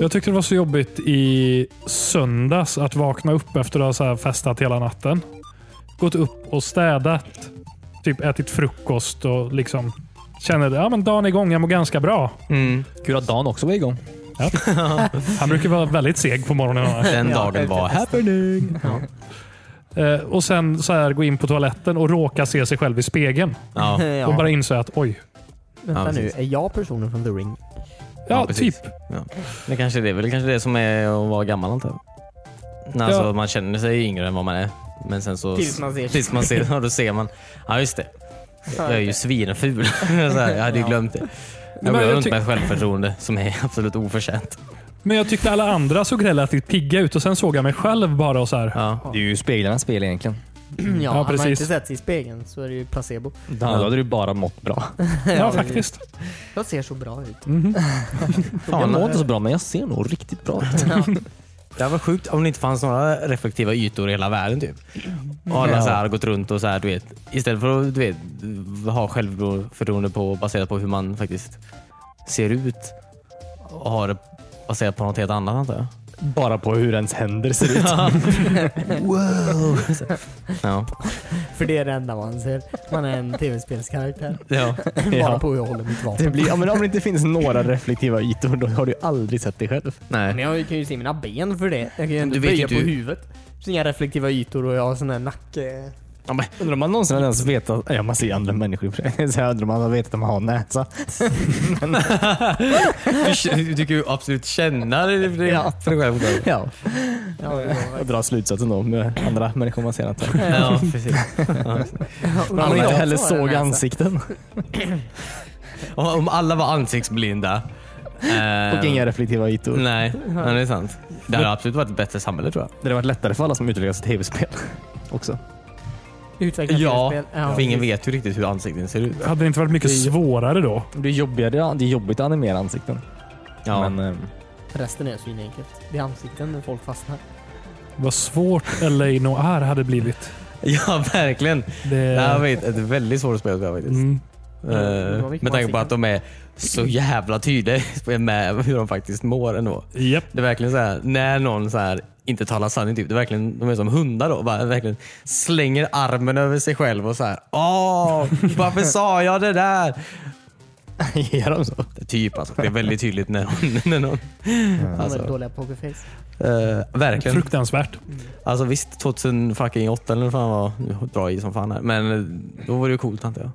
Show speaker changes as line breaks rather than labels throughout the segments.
Jag tyckte det var så jobbigt i söndags att vakna upp efter att ha så här festat hela natten. Gått upp och städat. Typ ätit frukost och liksom känner att ja, men dagen är igång. Jag mår ganska bra.
Mm.
Kul att Dan också var igång.
Han brukar vara väldigt seg på morgonen.
Den
Ja,
dagen var
faktiskt.
happening. Ja.
Eh, och sen så här, gå in på toaletten och råka se sig själv i spegeln.
Ja.
Och
Ja.
bara inse att oj,
Ja,
Vänta nu,
precis.
är jag personen från The Ring?
ja,
Ja,
typ.
precis. Det kanske är det, väl kanske det som är att vara gammal antar jag. Nej, Alltså,
Ja.
Man känner sig yngre än vad man är. Men sen så...
Tills man ser sig.
Tills man ser ja, då ser man. Ja, just det. Jag är ju svinful. Så här, jag hade ju glömt det.
men
Jag går
jag
runt
tyck-
med ett självförtroende som är absolut oförtjänt.
Men jag tyckte alla andra såg relativt pigga ut och sen såg jag mig själv bara och så här.
Ja.
Det är ju speglarnas spel egentligen.
Ja, ja hade man
precis.
inte sett sig i spegeln så är det ju placebo.
Då hade du bara mått bra.
Ja, faktiskt. Mhm.
Jag ser så bra ut.
jag mår inte så bra, men jag ser nog riktigt bra ut.
Det här var sjukt om det inte fanns några reflektiva ytor i hela världen. Typ. Och alla så här har gått runt och så här, du vet, istället för att du vet, ha självförtroende på, baserat på hur man faktiskt ser ut och har det baserat på något helt annat antar jag.
Bara på hur ens händer ser ut.
wow! ja.
För det är det enda man ser. Man är en tv-spelskaraktär.
Ja.
Bara
Ja.
på hur jag håller mitt vapen.
Det blir, ja, men om det inte finns några reflektiva ytor, då har du ju aldrig sett dig själv.
Men
Nej.
jag kan ju se mina ben för det. Jag kan ju inte
Du vet ju
böja
att
på
du-
huvudet. Så inga reflektiva ytor och jag har sån här nacke...
Ja, men,
Undrar om man någonsin hade ens vetat... Ja, man ser ju andra människor i och för sig. Så jag undrar om man har vetat att man har näsa.
du, k- du kan ju absolut känna det för dig
Ja.
för dig själv. då.
Ja.
Ja, jag har-
Och dra slutsatsen då med andra människor man ser. Antar.
Ja, precis.
Och
Men om man
jag
inte heller
har en
såg
näsa.
ansikten
Om, om alla var ansiktsblinda. eh,
och inga reflektiva ytor.
Nej, ja, det är sant. Det hade absolut varit ett bättre samhälle tror jag.
Det hade varit lättare för alla som utvecklas i tv-spel också.
Utveckla
Ja,
tv-spel.
För ingen vet ju riktigt hur ansikten ser ut.
Hade det inte varit mycket
Det är-
svårare då?
Det är, jobbigare, det är jobbigt att animera ansikten.
Ja.
Men, ehm,
Resten är svinenkelt. Det är ansikten där folk fastnar.
Vad svårt LA Noir hade blivit.
ja, verkligen.
Det...
Det här var ett ett väldigt svårt spel tror jag faktiskt.
Mm.
Eh,
Ja, vilken
med tanke på
ansikte.
att de är så jävla tydliga med hur de faktiskt mår ändå.
Japp.
Det är verkligen så här, när någon så här inte talar sanning, typ, det är verkligen, de är som hundar då. Bara, verkligen slänger armen över sig själv och så här. Åh, varför sa jag det där?
Gör de så?
Typ alltså. Det är väldigt tydligt när någon... När någon
De
alltså,
är dåliga pokerface.
eh, verkligen.
Fruktansvärt.
Alltså visst, 2008 eller vad fan var, nu drar jag i som fan här, men eh, då var det ju coolt antar jag.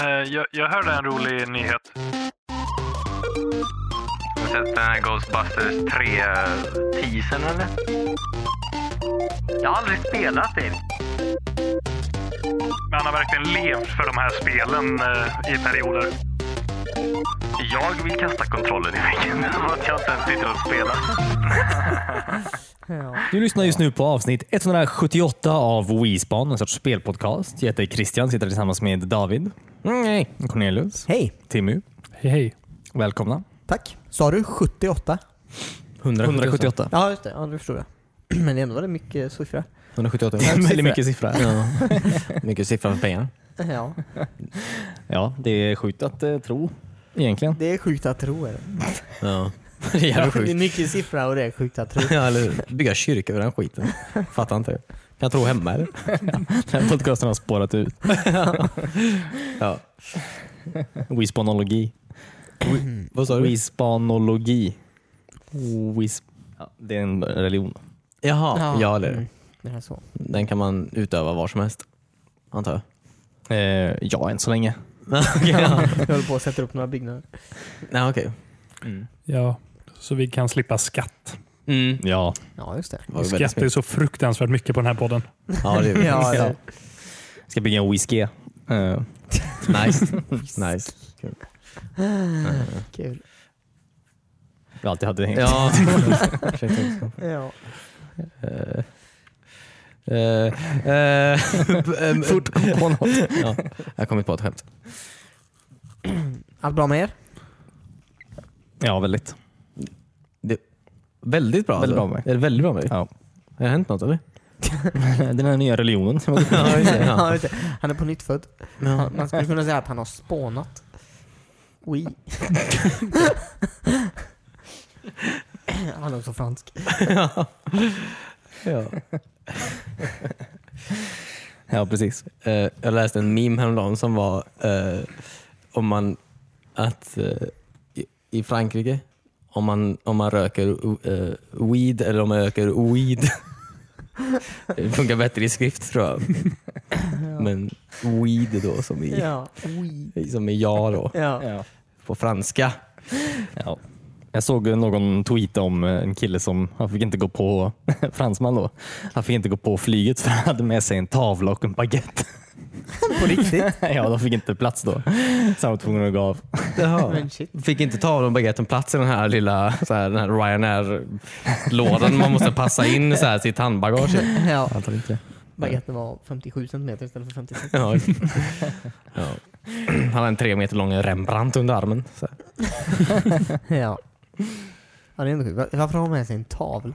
Eh, Jag, hörde en rolig nyhet.
Har du sett den här Ghostbusters 3-teasern eller? Jag har aldrig spelat det.
Man har verkligen levt för de här spelen eh, i perioder.
Jag vill kasta kontrollen i väggen. Att jag inte ens sitter och spelar.
Ja.
Du lyssnar just nu på avsnitt 178 av WeSpan, en sorts spelpodcast. Jag heter Christian, sitter tillsammans med David,
Mm, nej.
Cornelius,
Hej!
Timmy.
Hej, hej.
Välkomna.
Tack. Sa du 78?
178.
Ja, just det. Ja, det förstår jag. Men det är ändå väldigt mycket siffror.
178
Det är
Siffra.
väldigt mycket siffra. Ja.
Mycket siffra för pengar.
Ja,
det är sjukt att eh, tro egentligen.
det är sjukt att tro är det.
Ja. Det är jävligt
Det är
sjukt.
mycket siffra och det är sjukt att tro.
Ja, eller hur? Bygga kyrka över den skiten. Fattar inte. Kan jag tro hemma eller?
Den här podcasten har spårat ut.
Ja.
WeSpanologi.
Vad sa du?
WeSpanologi. Wees... Ja, det är en religion.
Jaha, ja det är det.
Mm. Det är så.
Den kan man utöva var som helst. Antar jag.
Eh, ja, än så länge.
Jag håller på att sätta upp några byggnader.
Nej okej.
Mm.
Ja, så vi kan slippa skatt.
Mm.
Ja.
Ja, just det.
Det var ju väldigt
Skatt är
snyggt.
så fruktansvärt mycket på den här podden.
Ja, det är
Ja,
ja.
ja.
Ska bygga en whisky. Eh,
Nice. nice.
Kul.
vi alltid hade hängt.
Ja.
Ja.
Eh, eh, eh,
Fort kom på något.
ja. Jag kom inte på ett skämt.
Allt bra med er?
Ja, väldigt.
Väldigt bra.
Väldigt
alltså.
bra med
Är det väldigt bra med dig?
Ja.
Har det hänt något eller?
Den här nya religionen.
Ja, just det.
Ja, just det. Han är på nytt född. Han- Man skulle kunna säga att han har spånat. Oui. Han är också fransk.
Ja. ja, precis. Eh, jag läste en meme häromdagen som var eh, om man att eh, i- i Frankrike, om man, om man röker eh, weed eller om man röker weed. det funkar bättre i skrift tror jag. Men weed då som i,
Ja. Oui.
som i ja då,
Ja.
Ja.
på franska.
Ja. Jag såg någon tweet om en kille som, han fick inte gå på, fransman då, han fick inte gå på flyget för han hade med sig en tavla och en baguette.
På riktigt?
ja, de fick inte plats då. Så han var tvungen att gå av.
Men shit.
Fick inte ta av baguetten plats i den här lilla så här, den här Ryanair-lådan man måste passa in så här, sitt handbagage i.
Ja.
eh,
Antar inte.
Baguetten var 57 centimeter istället för 56.
Ja. Ja. Han har en tre meter lång Rembrandt under armen. Så här.
Ja. Ja, det är ändå sjukt. Var- Varför har man med sig en tavla?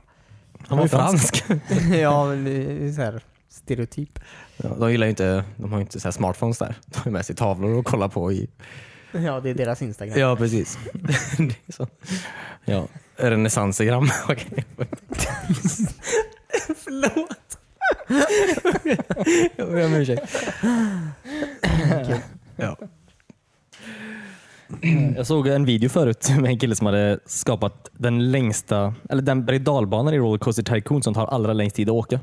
Han var fransk.
ja, men det är så här stereotyp.
Ja, de gillar ju inte, de har ju inte så här smartphones där. De har ju med sig tavlor och kollar på. I.
Ja, det är deras Instagram.
Ja, precis. Det är så. Ja. Renässansegram. Okej. Förlåt. Jag ber om ursäkt.
Kul.
Ja.
Jag såg en video förut med en kille som hade skapat den längsta, eller den berg och dalbanan i Rollercoaster Tycoon som tar allra längst tid att åka.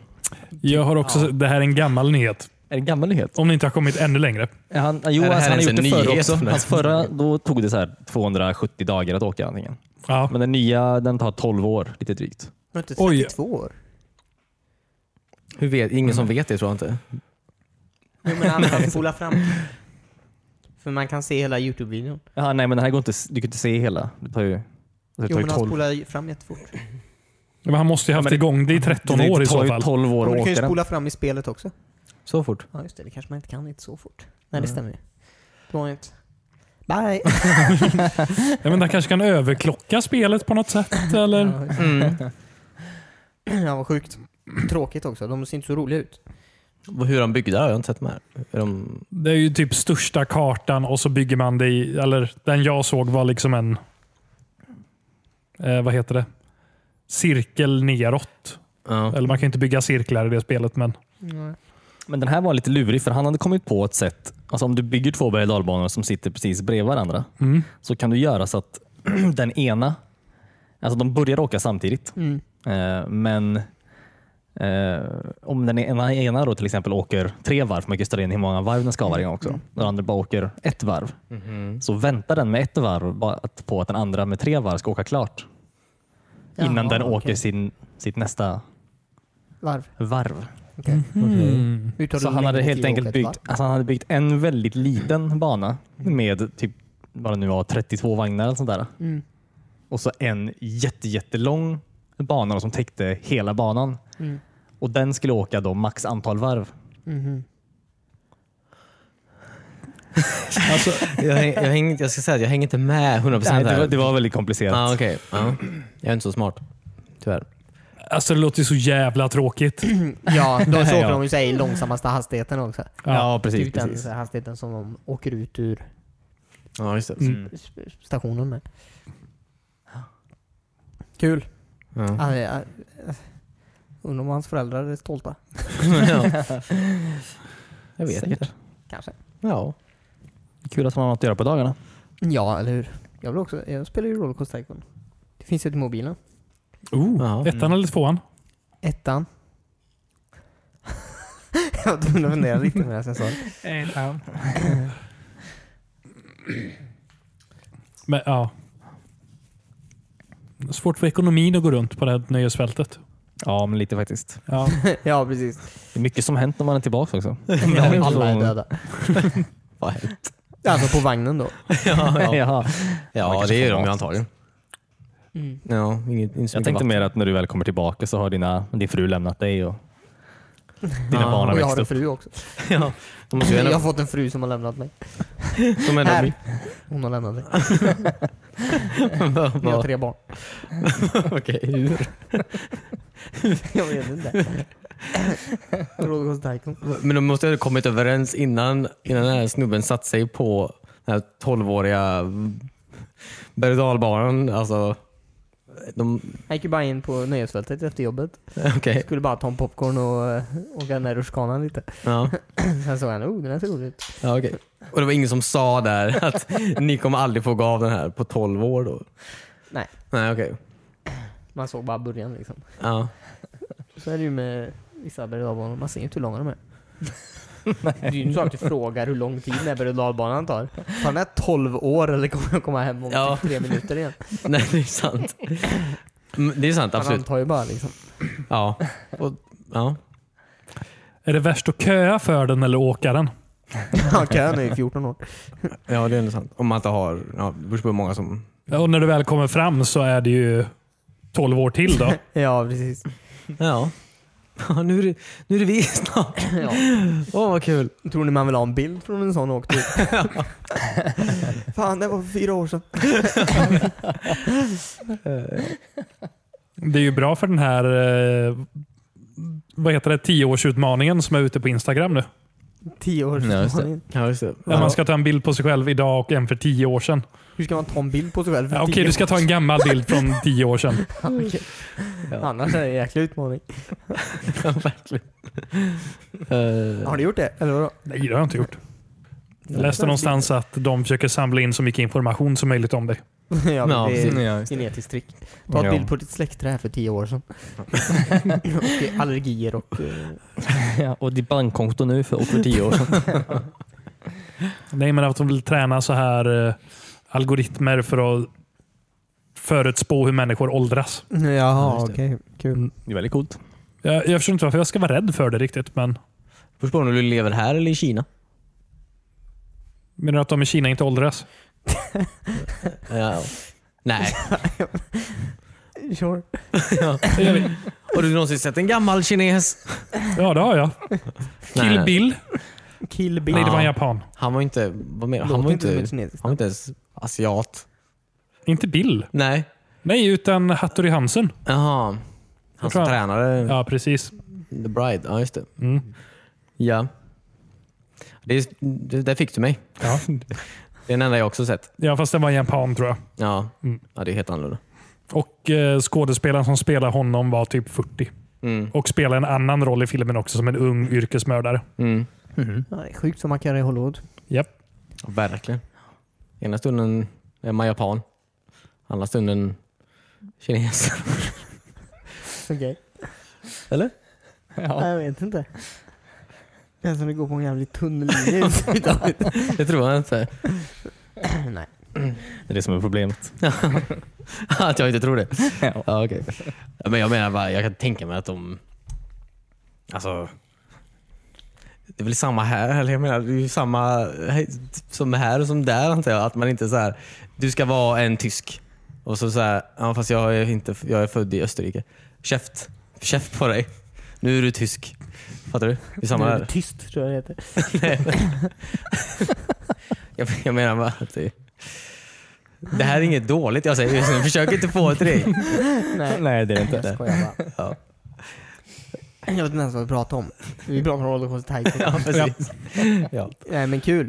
Jag har också, Det här är en gammal nyhet.
Är det en gammal nyhet?
Om ni inte har kommit ännu längre.
Han, jo,
Är det
alltså, han har
här ens
gjort
en
det förr
nyhet?
också. Hans förra, då tog det så här 270 dagar att åka antingen.
Ja.
Men den nya, den tar 12 år lite drygt.
Var inte
Oj.
32 år?
Hur vet, ingen som vet det tror jag inte.
Jo, men han kan spola fram. För man kan se hela Youtube-videon.
Ja, nej, men den här går inte, du kan inte se hela. Det tar ju, det
Jo,
tar ju
men han
12,
spolar ju fram jättefort.
Men han måste ju haft
Ja, men det-
igång det i 13
det
år i
tar
så
ju
fall.
12 år
Men
att
du kan ju
åka den.
spola fram i spelet också.
Så fort.
Ja, just det. Det kanske man inte kan inte så fort. Nej, det stämmer ju. Det var ju inte... Bye!
Ja, men han kanske kan överklocka spelet på något sätt. Eller?
Ja, just det. ja, vad sjukt. Tråkigt också. De ser inte så roliga ut.
Hur de byggda har jag inte sett med. Hur de...
Det är ju typ största kartan och så bygger man det i... Eller den jag såg var liksom en... Eh, vad heter det? Cirkel neråt.
Ja.
Eller man kan ju inte bygga cirklar i det spelet, men
Men den här var lite lurig för han hade kommit på ett sätt. Alltså om du bygger två berg och dalbanor som sitter precis bredvid varandra så kan du göra så att den ena, alltså de börjar åka samtidigt.
Mm.
Eh, men eh, om den ena, ena då till exempel åker tre varv, man kan ju ställa in hur många varv den ska varje gång också. Den andra bara åker ett varv. Så väntar den med ett varv bara att- på att den andra med tre varv ska åka klart. Innan
Jaha,
den åker
okej.
sin, sitt nästa
Varv.
varv.
Okej. Hur tar
Så
det
han hade
längre
helt
tid
enkelt
att åka ett
byggt, alltså han hade byggt en väldigt liten bana med typ vad det nu var, 32 vagnar eller sånt där. Och så en jätte, jättelång bana som täckte hela banan. Och den skulle åka då max antal varv.
Jag, häng, jag, häng, jag ska säga att jag hänger inte med 100%
Nej, det,
här.
var, det var väldigt komplicerat.
ah, okej. ja. Jag är inte så smart. Tyvärr.
alltså det låter ju så jävla tråkigt.
varv? Ja, då så åker
Ja.
de ju sig i långsammaste hastigheten också.
ja,
Det är
precis.
ju den
precis.
så här hastigheten som de åker ut ur
Ja, just det.
s- stationen med. Kul.
Ja.
Alltså, jag- jag- Undrar om hans föräldrar är stolta.
Ja. Jag vet inte.
Kanske.
Ja.
Kul att man har något att göra på dagarna.
Ja, eller hur? Jag, vill också, jag spelar ju Rollercoaster Tycoon. Det finns ju till mobilen.
Ja.
Ettan eller tvåan?
Ettan. jag var tvungen att fundera riktigt medan jag sa det.
Men, ja. Det är Svårt för ekonomin att gå runt på det här nöjesfältet.
Ja, men lite faktiskt.
Ja.
Ja, precis.
Det är mycket som hänt när man är tillbaka också.
Alla är döda.
Ja,
Alltså på vagnen då.
ja. ja.
Jaha.
det är de ju antagligen. Ja, inget, inte
Jag
så mycket
tänkte
vatten.
mer att när du väl kommer tillbaka så har dina, din fru lämnat dig och dina
Ja,
barn har
Och
växt
jag har en
upp.
fru också.
Ja. De måste ju
Jag har
ändå...
fått en fru som har lämnat mig.
De ändå
Här. Hon har lämnat mig. Jag har tre barn.
Okej, hur?
Jag vet inte. Rollercoaster Tycoon.
Men de måste ha kommit överens innan, innan den här snubben satt sig på den här 12-åriga berg och dalbanan. Alltså, De,
Jag gick ju bara in på nöjesfältet efter jobbet.
okej.
Skulle bara ta en popcorn och eh, åka den där rutschkanan lite.
Ja.
Sen såg han, oh den här ser rolig ut.
Ja, okej. Och det var ingen som sa där att ni kommer aldrig få gå av den här på 12 år då?
Nej.
Nej, okej.
Man såg bara början liksom.
Ja.
Så är det ju med vissa berg och dalbanor. Man ser ju inte hur långa de är. Det är ju inte så att du frågar hur lång tid den här berg och dalbanan tar. Tar den här 12 år eller kommer jag komma hem om
Ja.
typ tre minuter igen?
Nej, det är sant. Mm, Det är sant,
Man
absolut.
antar ju bara liksom.
Ja. Och, ja.
Är det värst att köa för den eller åka den?
Ja, kön är ju 14 år.
ja, det är ändå sant. Om man inte har... Ja, det beror på hur många som...
Ja, Och när du väl kommer fram så är det ju 12 år till då.
Ja, precis.
Ja. Ja, nu, är det, nu är det vi snart.
Ja.
Åh, vad kul.
Tror ni man vill ha en bild från en sån åktur? Fan, det var för fyra år sedan.
Det är ju bra för den här eh, vad heter det, tioårsutmaningen som är ute på Instagram nu.
Tio år
Ja, just det.
sedan.
Ja, just det.
Där man ska ta en bild på sig själv idag och en för tio år sedan.
Hur ska man ta en bild på sig själv? för
Ja, Okej,
tio
du ska ta en gammal bild från tio år sedan.
år? Okej. Annars är det en jäkla utmaning.
Ja, verkligen. Eh,
Har ni gjort det? Eller vadå?
Nej, det har jag inte gjort. Jag läste någonstans att de försöker samla in så mycket information som möjligt om dig.
ja, men
Ja,
det är
Ja,
ett
just det.
genetiskt trick. Ta ett
Ja.
bild på ditt släktträd för tio år sedan. och allergier och... eh,
Ja, och ditt bankkonto nu för, och för tio år sedan.
Nej, men att de vill träna så här eh, algoritmer för att förutspå hur människor åldras.
Jaha, okej. Kul.
Det är väldigt coolt.
Jag, jag förstår inte varför jag ska vara rädd för det riktigt, men
Beror på om du lever här eller i Kina.
menar du att de i Kina inte åldras?
Ja. Nej.
Sure.
Ja. Har du någonsin sett en gammal kines?
Ja, det har jag. Kill Bill.
Kill Bill.
Nej, det var en
Ja.
japan.
Han var inte... Vad mer?
Låter
Han var
som
inte...
ett kinesiskt.
Han var inte ens asiat.
Inte Bill.
Nej.
Nej, utan Hattori Hansen.
Jaha.
tror
Han som
han-
tränade
Ja, precis.
The Bride. Ja, just det.
Mm.
Ja. Det, är- det, där fick du mig.
Ja.
Det är den enda jag också sett.
ja, fast det var en japan tror jag.
Ja,
Mm.
ja det är helt annorlunda.
Och eh, Skådespelaren som spelar honom var typ 40
Mm.
och spelar en annan roll i filmen också som en ung yrkesmördare.
Mm.
Ja, det är sjukt som man kan göra i Hollywood.
Japp.
Ja, Verkligen. Ena stunden är man japan. Andra stunden kines.
Okej.
Eller?
Nej, Jag vet inte. Det känns som det går på en jävligt tunn linje.
Det tror jag inte.
Nej.
Det är det som är problemet.
Att jag inte tror det.
Ja.
Ja, okej. Ja, Men jag menar bara, jag kan tänka mig att de... Alltså... Det är väl samma här, eller jag menar, det är ju samma som här och som där antar jag. Att man inte så här, du ska vara en tysk. Och så så här, ja, fast jag är, inte, jag är född i Österrike. Käft. Käft på dig. Nu är du tysk. Fattar du? Det är samma
Nu är
här.
det tyst tror jag det heter.
Nej, men- jag, jag menar bara att det, det här är inget dåligt jag säger just nu. Försök inte få det till dig.
Nej,
Nej, det är det inte.
jag skojar bara.
Ja.
Jag vet inte ens vad vi pratar om. Vi pratar om Rollercoaster Tycoon.
Ja, precis. Ja.
Nej men kul.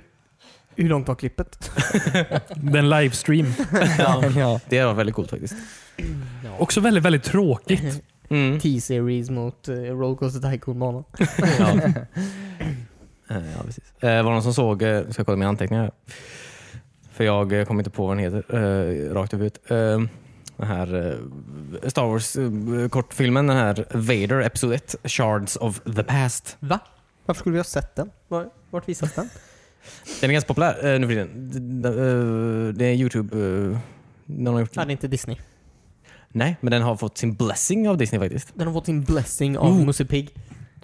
Hur långt var klippet?
Det är en livestream.
Ja.
Det var väldigt coolt faktiskt.
Också väldigt, väldigt tråkigt.
Mm.
T-series mot uh, Rollercoaster Tycoon-banan.
Ja. Eh, ja, precis. Eh, var det någon som såg, eh, ska jag kolla mina anteckningar här. För jag eh, kommer inte på vad den heter eh, rakt över ut. Eh, den här eh, Star Wars eh, kortfilmen, den här Vader Episod 1, Shards of the Past.
Va? Varför skulle vi ha sett den? Var, vart visas den?
Den är ganska populär eh, nu för tiden. D- d- eh, Det är Youtube. eh, någon har gjort...
Nej, det är inte Disney.
Nej, men den har fått sin blessing av Disney faktiskt.
Den har fått sin blessing av
Oh.
Musse Pigg.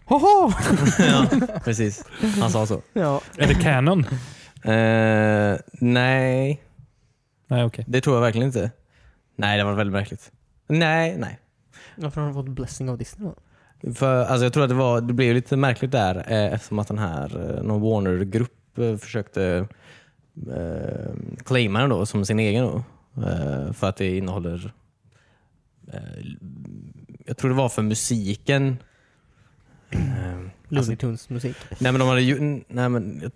Hoho! ja, precis. Han sa så.
Ja.
Är det canon?
Eh, nej,
Nej, okej.
det tror jag verkligen inte. Nej, det var väldigt märkligt. Nej, nej.
Varför har den fått blessing av Disney då?
För, alltså, jag tror att det, var, det blev lite märkligt där eh, eftersom att den här eh, någon Warner-grupp eh, försökte eh, claima den då, som sin egen. Då, eh, för att det innehåller... Eh, jag tror det var för musiken. Eh,
Looney Tunes musik.
Nej men de hade ju, nej men, jag-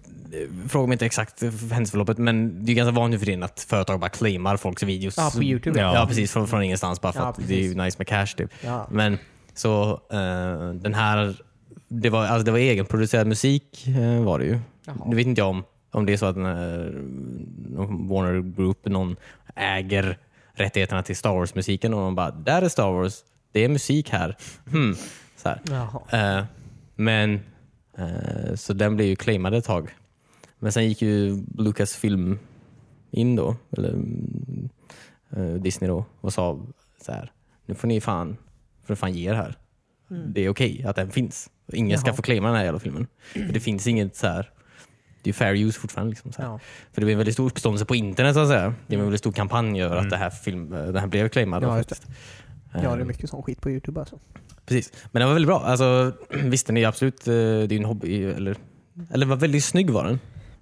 fråga mig inte exakt händelseförloppet men det är ganska vanligt nu för tiden att företag bara claimar folks videos.
Ja, på YouTube,
Ja,
ja.
precis. Från, från ingenstans bara för
Ja,
att det är ju nice med cash typ.
Ja.
Men så eh, den här, det var, alltså, det var egenproducerad musik eh, var det ju. Nu vet inte jag om, om det är så att den här, någon Warner Group, någon äger rättigheterna till Star Wars-musiken och de bara, där är Star Wars, det är musik här. Hmm. Så här.
Jaha.
Eh, men eh, Så den blev ju claimad ett tag. Men sen gick ju Lucasfilm in då, eller mm, eh, Disney då, och sa så här. Nu får ni fan, får ni fan ge er här.
Mm.
Det är okej att den finns. Ingen ska
Jaha.
få claima den här jävla filmen. För det finns inget så här. Det är fair use fortfarande. Liksom, så här.
Ja.
För det blev en väldigt stor uppståndelse på internet så att säga. Det var en väldigt stor kampanj över att det här film, den här blev claimad. då,
Mm. Ja, just det.
faktiskt.
ja, det är
Eh,
mycket sån skit på Youtube alltså.
Precis. Men den var väldigt bra. Alltså, visst, den är absolut eh, det är ju en hobby. Eller, eller var väldigt snygg var den.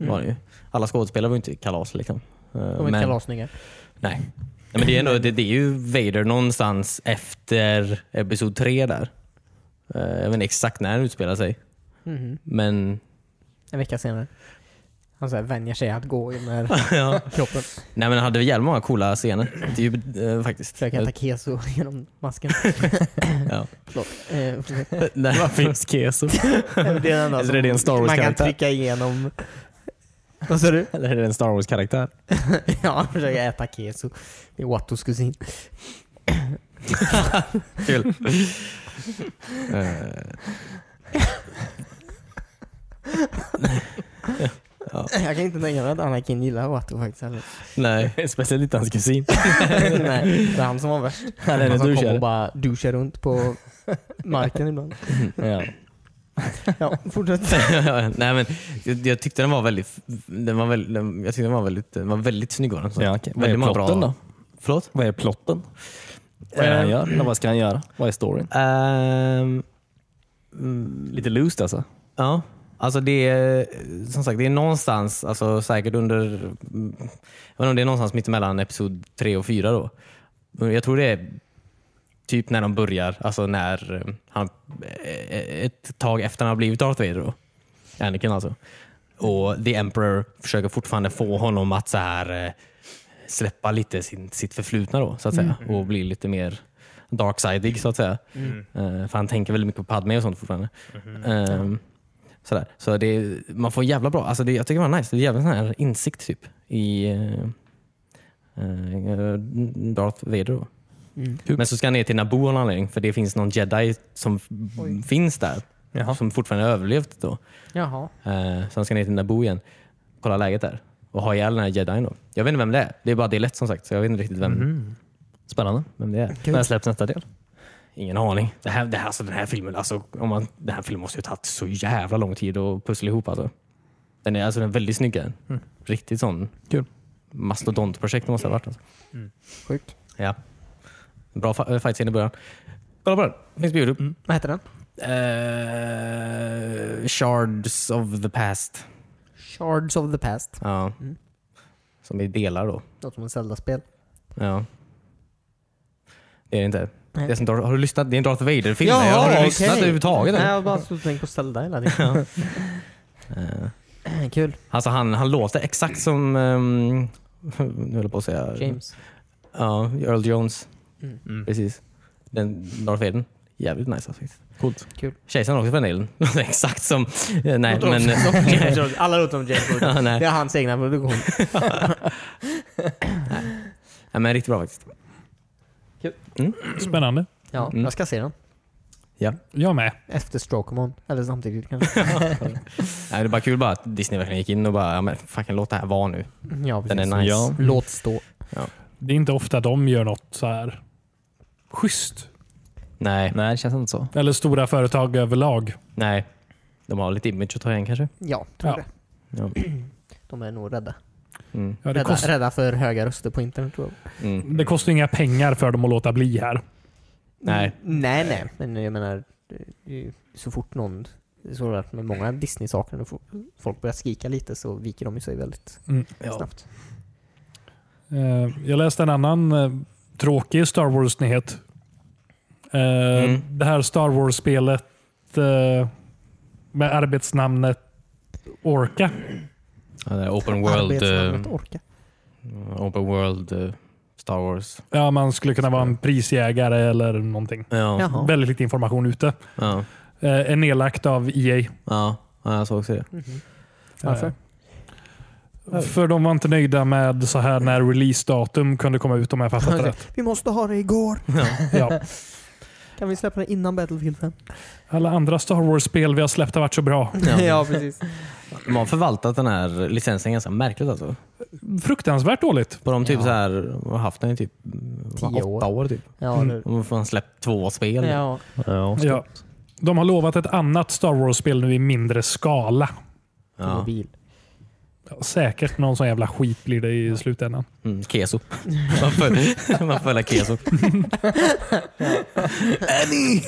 Var den ju. Alla skådespelare var ju inte kalas. Liksom. Eh,
Mm. De är inte
men,
kalassnygga.
Nej. nej men det, är ändå, det, det är ju Vader någonstans efter Episod 3 där. Eh, jag vet inte exakt när den utspelar sig.
Mhm.
Men
En vecka senare. Han så här vänjer sig att gå i den här
ja.
kroppen.
Nej, men den hade jävligt många coola scener. Det är ju, eh, faktiskt.
Försöker äta keso genom masken.
Ja.
Förlåt. Eh, fortsätt.
Nej.
Vad finns keso?
det är den enda
Eller
som
är det en Star
man kan
Wars-karaktär?
trycka igenom. Vad sa du?
Eller är det en Star Wars-karaktär?
ja, han försöker äta keso. Det är Wattos kusin.
Kul. Eh,
Jag kan inte tänka mig att Anakin gillar Watto faktiskt heller.
nej.
Speciellt inte hans kusin.
Nej, det är han som var värst.
Han är en
han som kom
douchare.
och bara duschar runt på marken ibland.
Ja.
Ja, fortsätt.
Nej, men jag, jag tyckte den var väldigt, den var väldigt, den, jag tyckte den var väldigt, den var väldigt snygg. Var den,
Ja, okej. Vad är
Väldigt många
plotten
bra-
då?
Förlåt?
Vad är plotten? Vad är det han gör? Eller vad ska han göra? Vad är storyn?
Ehm,
Lite loosed alltså.
ja, alltså det är som sagt det är någonstans, alltså säkert under, mm, jag vet inte om det är någonstans mittemellan episod 3 och 4 då. Jag tror det är typ när de börjar, alltså när eh, han, eh, ett tag efter han har blivit Darth Vader då. Anakin alltså. Och The Emperor försöker fortfarande få honom att så här eh, släppa lite sin, sitt förflutna då, så att säga. Och bli lite mer darksidig så att säga. Eh, för han tänker väldigt mycket på Padme och sånt fortfarande. Ehm, sådär. Så det, man får jävla bra, alltså det, jag tycker det var nice. Det är jävla sån här insikt typ i eh, eh, Darth Vader. Då. Men så ska han ner till Naboo av någon anledning för det finns någon jedi som f- finns där. Som fortfarande har överlevt då.
Jaha.
Eh, så han ska ner till Naboo igen, kolla läget där och ha ihjäl den här jedin. Då. Jag vet inte vem det är. Det är bara det är lätt som sagt, så jag vet inte riktigt vem,
Mm. Spännande.
vem det är.
När släpps nästa del?
Ingen aning. Det här, det här, alltså, den här filmen alltså, om man, den här filmen måste ju ha tagit så jävla lång tid att pussla ihop. Alltså. Den är, alltså, den är väldigt snygg. är den.
Mm.
Riktigt sån
Kul.
mastodontprojekt måste det ha varit. Alltså.
Sjukt.
Ja. Bra fa- fightscene i början. Kolla på den. Finns på Youtube.
Vad heter den?
Eh, shards of the past.
Shards of the Past.
Ja.
Mm.
Som är delar då.
Låter som ett Zelda-spel.
Ja. Det är det inte.
Nej.
Det är som, Darth- har du lyssnat? Det är en Darth Vader-film. Jag har du
okej.
lyssnat överhuvudtaget?
Nej, jag har bara suttit och tänkt på Zelda hela tiden. Eh. Kul.
Alltså han, han låter exakt som, ehm, nu höll jag på att säga,
James.
Ja, Earl Jones.
Mm.
Precis. Den Darth Vader. Jävligt nice alltså, faktiskt.
Coolt.
Kejsaren också för den delen. Låter exakt som, eh, nej
Låter
men,
också som James Earl- Alla låter som James Earl.
Ja, nej.
Det är hans egna produktion.
ja, men riktigt bra faktiskt.
Spännande.
Ja,
Mm.
jag ska se den.
Ja.
Jag med.
Efter Strokemon. Eller samtidigt kanske.
Nej, det är bara kul bara att Disney verkligen gick in och bara, ja men fucking låt det här vara nu.
Mm, Ja,
Den är
precis.
nice.
Ja.
Låt stå.
Det är inte ofta de gör något så här schysst.
Nej,
Nej, det känns inte så.
Eller stora företag överlag.
nej. De har lite image att ta igen kanske.
Ja, tror
Ja.
det.
Ja.
De är nog rädda.
Mm.
Ja, det,
Rädda,
kost,
rädda för höga röster på internet tror jag.
Mm.
det kostar inga pengar för dem att låta bli här.
Nej.
Mm, Nej, nej. Men jag menar, det är ju så fort någon... det är Så att med många Disney-saker, när folk börjar skrika lite så viker de ju sig väldigt
Mm.
snabbt.
Eh, Jag läste en annan eh, tråkig Star Wars-nyhet. Eh,
Mm.
Det här Star Wars-spelet eh, med arbetsnamnet Orca.
Ja, det är open world,
Arbetsnamnet
eh,
orka.
open world eh, Star Wars.
Ja, man skulle kunna vara en prisjägare eller någonting.
Ja.
Jaha.
Väldigt lite information ute.
Ja.
Eh, är nedlagt av E EA.
Ja. ja, jag såg också det.
Mhm. Varför?
Eh, För de var inte nöjda med så här när releasedatum kunde komma ut om jag fattat det rätt.
Vi måste ha det igår.
Ja.
Kan vi släppa det innan Battlefield 5?
Alla andra Star Wars-spel vi har släppt har varit så bra.
Ja.
precis.
De har förvaltat den här licensen ganska märkligt alltså.
Fruktansvärt dåligt.
På de typ
Ja.
så här, har haft den i typ vad,
Tio år.
åtta år. typ.
Ja, nu.
De har fan släppt två spel.
Ja.
Ja.
Ja. De har lovat ett annat Star Wars-spel nu i mindre skala.
Ja.
Mobil.
Ja, säkert någon sån jävla skit blir det i slutändan.
Mm, keso. Man får- Man får hela keso. Annie!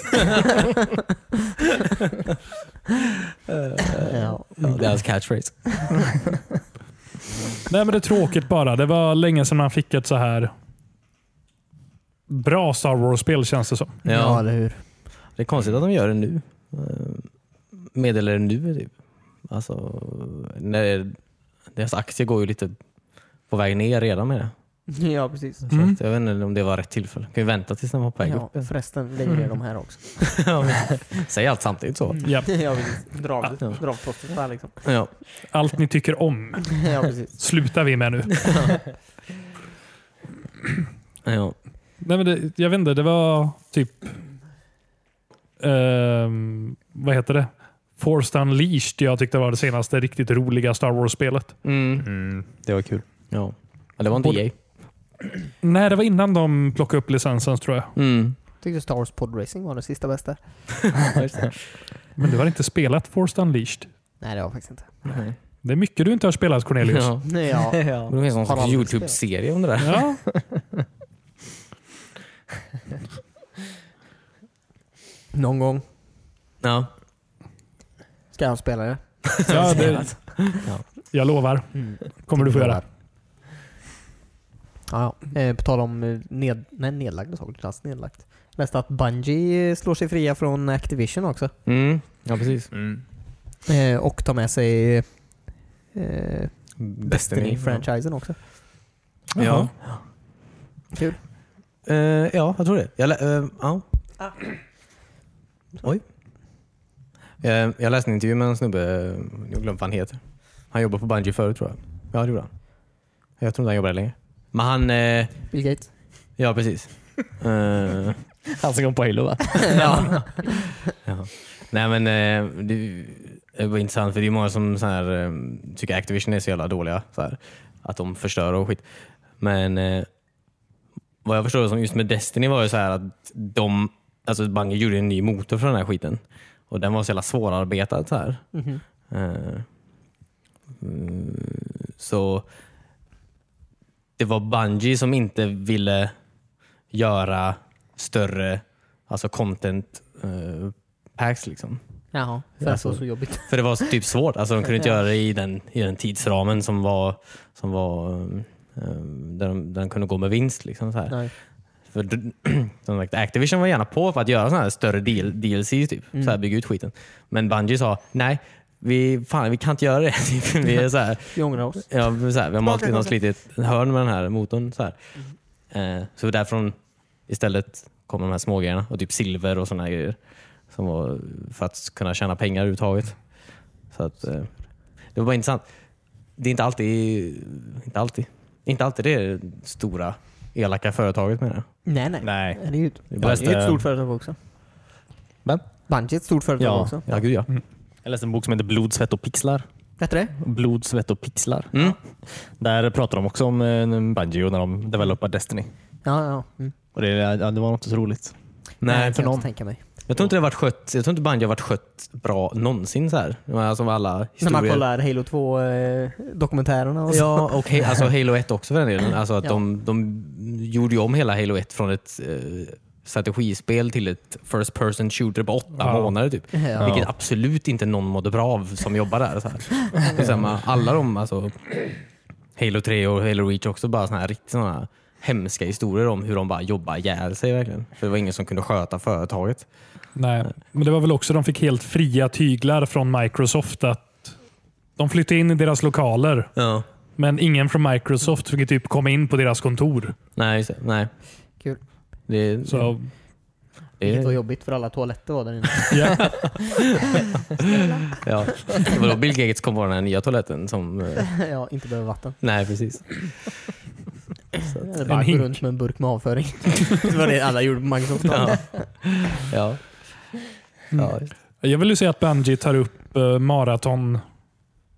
Ja. Mm.
Ja, det är hans catchphrase.
Nej, men det är tråkigt bara. Det var länge sedan man fick ett så här bra Star Wars-spel känns det som.
Ja.
Ja.
eller hur.
Det är konstigt att de gör det nu. Eh, Meddelar det nu typ. Alltså, när deras aktie går ju lite på väg ner redan med det.
Ja, precis.
Så
Mm.
att jag vet inte om det var rätt tillfälle. Kan ju vänta tills den var på väg
Ja,
upp.
förresten, lägg ner de här också.
Säg allt samtidigt så.
Ja.
ja, precis. Dra av dra av plåstret där liksom.
Ja.
Allt ni tycker om
Ja, precis.
slutar vi med nu.
Ja.
Nej, men det, jag vet inte, det var typ... ehm, vad heter det? Forced Unleashed jag tyckte var det senaste riktigt roliga Star Wars-spelet.
Mm.
Det var kul.
ja. Men det var inte E
Både-
EA.
Nej, det var innan de plockade upp licensen tror jag.
Mm.
Tyckte Star Wars Podracing var det sista bästa.
Men du har inte spelat Forced Unleashed.
Nej, det var faktiskt inte.
Nej.
Det är mycket du inte har spelat Cornelius.
Ja.
Nej, ja.
Men Det finns någon
Har
sorts
aldrig
Youtube-serie om det där.
Ja.
Någon gång
Ja.
ska jag spela det.
Ja, det, jag lovar. Kommer du få göra.
Ja, ja. Eh, på tal om eh, ned, nej, nedlagda saker, inte alls nedlagt. Jag Läste att Bungie eh, slår sig fria från Activision också.
Mm. Ja, precis.
Eh, och tar med sig eh, Destiny-franchisen också.
Ja.
Kul.
Eh, ja, jag tror det. Jag, lä- eh, ja. Oj. Eh, jag läste en intervju med en snubbe, eh, jag glömde vad han heter. Han jobbar på Bungie förut tror jag. Ja, det gjorde han. Jag tror inte han jobbar där längre. Men han, eh,
Bill Gates.
ja precis. Eh,
Han som kom på Halo va?
Ja. Nej men eh, det det var intressant för det är många som så här, eh, tycker Activision är så jävla dåliga. Så här, att de förstör och skit. Men eh, vad jag förstår det som just med Destiny var ju så här att de, alltså Bungie gjorde en ny motor för den här skiten. Och den var så jävla svårarbetad. Så här. Eh, mm, så det var Bungie som inte ville göra större alltså content eh, packs. Liksom.
Jaha, för
Ja,
att det alltså- var
så-
så jobbigt.
För det var så typ svårt. Alltså, de kunde inte göra det i den, i den tidsramen som var, som var eh, där, de, där de kunde gå med vinst. Liksom, så här.
Nej.
För d- som sagt, Activision var gärna på för att göra sådana här större DL- DLC, typ. så här, bygga ut skiten. Men Bungie sa nej, vi, fan, vi kan inte göra det. Typ, vi, är så här,
Vi ångrar oss.
ja, så här, vi har malt in oss lite i ett hörn med den här motorn. Så, här. Eh, så därifrån istället kommer de här smågrejerna och typ silver och sådana grejer. Som var för att kunna tjäna pengar överhuvudtaget. Så att, eh, det var bara intressant. Det är inte alltid, inte alltid, inte alltid det är det stora elaka företaget menar jag.
Nej, nej.
Nej.
Det är ju ett,
Jag
Bungie är ett
läste-
stort företag också.
Vem?
Bungie är ett stort företag
Ja.
också.
Ja, gud
Mm.
ja.
Jag läste en bok som heter Blod, svett och pixlar.
Hette det?
Blod, svett och pixlar.
Mm.
Där pratar de också om eh, Bungie och när de developar Destiny.
Ja, ja. Mm.
Och det, ja, det var något så roligt.
Nej,
jag kan
för
jag
någon.
inte tänka mig.
Jag tror inte det har varit skött, jag tror inte Bungie har varit skött bra någonsin så här. Jag menar, Som alla
När
historier.
man kollar Halo 2-dokumentärerna och så.
Ja, och he- alltså Halo 1 också för den delen. Alltså att
Ja.
de, de gjorde ju om hela Halo 1 från ett eh, strategispel till ett first person shooter på åtta
Ja.
månader. Typ.
Ja.
Vilket absolut inte någon mådde bra av som jobbar där. Så här. Det är samma, alla de, alltså Halo 3 och Halo Reach också, bara såna här riktigt såna hemska historier om hur de bara jobbar ihjäl sig verkligen. För det var ingen som kunde sköta företaget.
Nej, men det var väl också de fick helt fria tyglar från Microsoft att de flyttade in i deras lokaler,
Ja.
men ingen från Microsoft fick typ komma in på deras kontor.
Nej, just det. Nej.
Kul.
Det,
Så
det,
Det var jobbigt för alla toaletter var där inne.
ja,
ja. det var då Bill Gates kom på den här nya toaletten som... eh,
ja, inte behöver vatten.
Nej, precis.
Eller bara
En
gå
hink.
runt med en burk med avföring. det var det alla gjorde på Microsoft.
Ja. Ja.
Mm.
Ja, just det.
jag vill ju se att Bungie tar upp eh, maraton,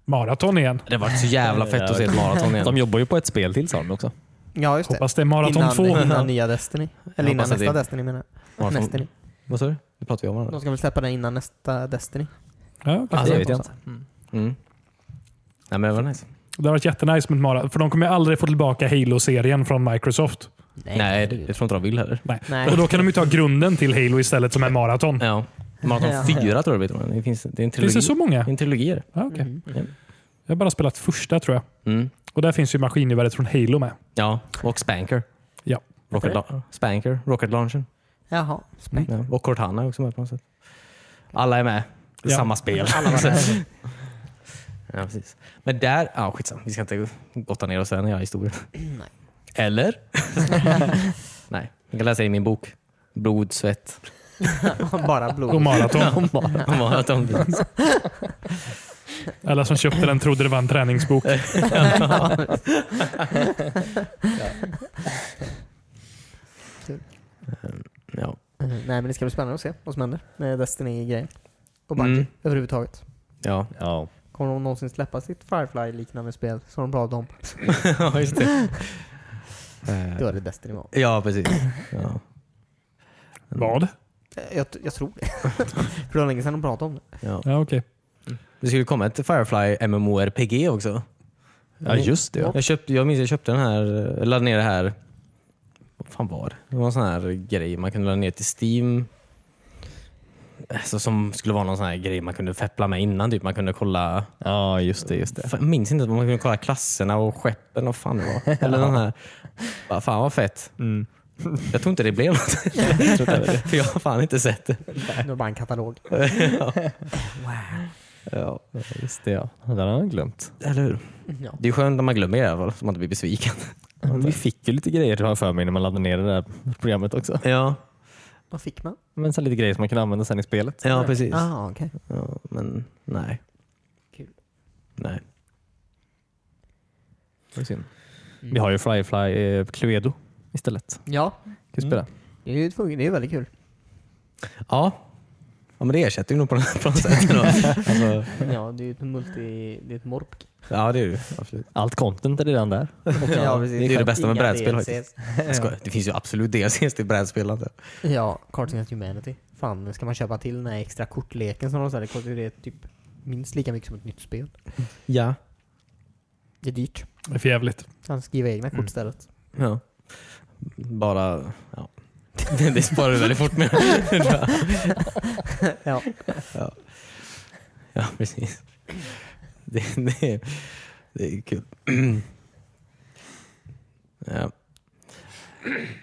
maraton igen.
det var så jävla fett att se ett maraton igen.
De jobbar ju på ett spel till sa de också.
Ja, just det.
Hoppas det är maraton
Innan,
2.
innan nya Destiny. Eller
Jag
innan
hoppas att
nästa
det-
Destiny menar jag.
Maraton-
Destiny.
Vad sa du? Nu pratar vi om varandra.
De ska väl släppa den innan nästa Destiny.
Ja, okej.
Alltså, det vet jag inte.
Mm. Nej, men det var nice.
Det har varit jättenice med ett maraton, för de kommer ju aldrig få tillbaka Halo-serien från Microsoft.
Nej.
Nej, det, jag tror inte de vill heller.
Nej.
Nej.
Och Då kan de ju ta grunden till Halo istället som är maraton.
Ja. Maraton
Ja.
4 tror jag det blir. tror jag. Det finns, det är en Äh, trilogi. Mm.
Finns det så många?
Det är en trilogi. är det.
Ja, okej.
Ja.
Jag har bara spelat första tror jag.
Mm.
Och där finns ju maskingeväret från Halo med.
Ja, och Spanker.
Ja.
Rocket La- Spanker, Rocket Launchen.
Jaha. Späck.
Ja. Och Cortana är också med på något sätt. Alla är med. Det är
Ja.
Samma spel. ja, precis. Men där... Ja, skitsamma. Vi ska inte gotta ner oss än i den här historien.
Nej.
Eller? Nej. Jag kan läsa i min bok. Blod, svett.
bara blod.
Och maraton.
Maraton.
Alla som köpte den trodde det var en träningsbok.
ja.
Eh, Nej men det ska bli spännande att se vad som händer med Destiny-grejen. Och
Mm.
Bungie överhuvudtaget.
Ja.
Ja.
Kommer de någonsin släppa sitt Firefly-liknande spel som de pratade om?
ja, just det. Eh,
Då är det Destiny var.
Ja, precis. Ja.
Vad?
Eh, Jag, jag tror det. För det var länge sedan de pratade om det.
Ja.
Ja, okej.
Det skulle komma ett Firefly MMORPG också.
ja, just det. Ja.
Jag, köpte, jag minns jag köpte den här, jag laddade ner det här, vad fan var det? Det var en sån här grej man kunde ladda ner till Steam. Alltså, som skulle vara någon sån här grej man kunde feppla med innan. Typ. Man kunde kolla,
ja, just det. Just det.
fan, jag minns inte, man kunde kolla klasserna och skeppen och fan det var. Eller den här, Bara, fan vad fett. Jag tror inte det blev något. För jag har fan inte sett det.
Det var bara en katalog.
Ja.
Just det ja. Den har jag glömt.
Eller hur?
Ja.
Det är skönt när man glömmer i alla fall, så man inte blir besviken.
Vi fick ju lite grejer har jag för mig när man laddade ner det där programmet också.
Ja,
Vad fick man?
Men sen lite grejer som man kan använda sen i spelet.
ja precis.
Ah, okej.
Ja, men nej.
Kul.
Nej.
Det är synd. Vi har ju Firefly eh, Cluedo istället.
Ja,
Kan vi spela.
det är ju ett fun- det är väldigt kul.
Ja. ja, men det ersätter ju nog på något på något sätt. ändå. alltså,
Ja, det är ju ett multi... Det är ett morpk.
ja, det är ju absolut.
Allt content är redan där.
Ja, precis.
det är ju det bästa med
Inga
brädspel
DLCs.
faktiskt. Jag skojar. Det finns ju absolut DLCs till brädspel. antar jag.
Ja, Cards Against Humanity. Fan, nu ska man köpa till den här extra kortleken som de säger? Det kostar ju det typ minst lika mycket som ett nytt spel.
Ja.
Det är dyrt.
Det är för jävligt.
Han skriver egna kort istället.
ja. Bara... Ja. Det det sparar du väldigt fort med.
Ja.
Ja, precis. Det, det, är- det är kul. Ja.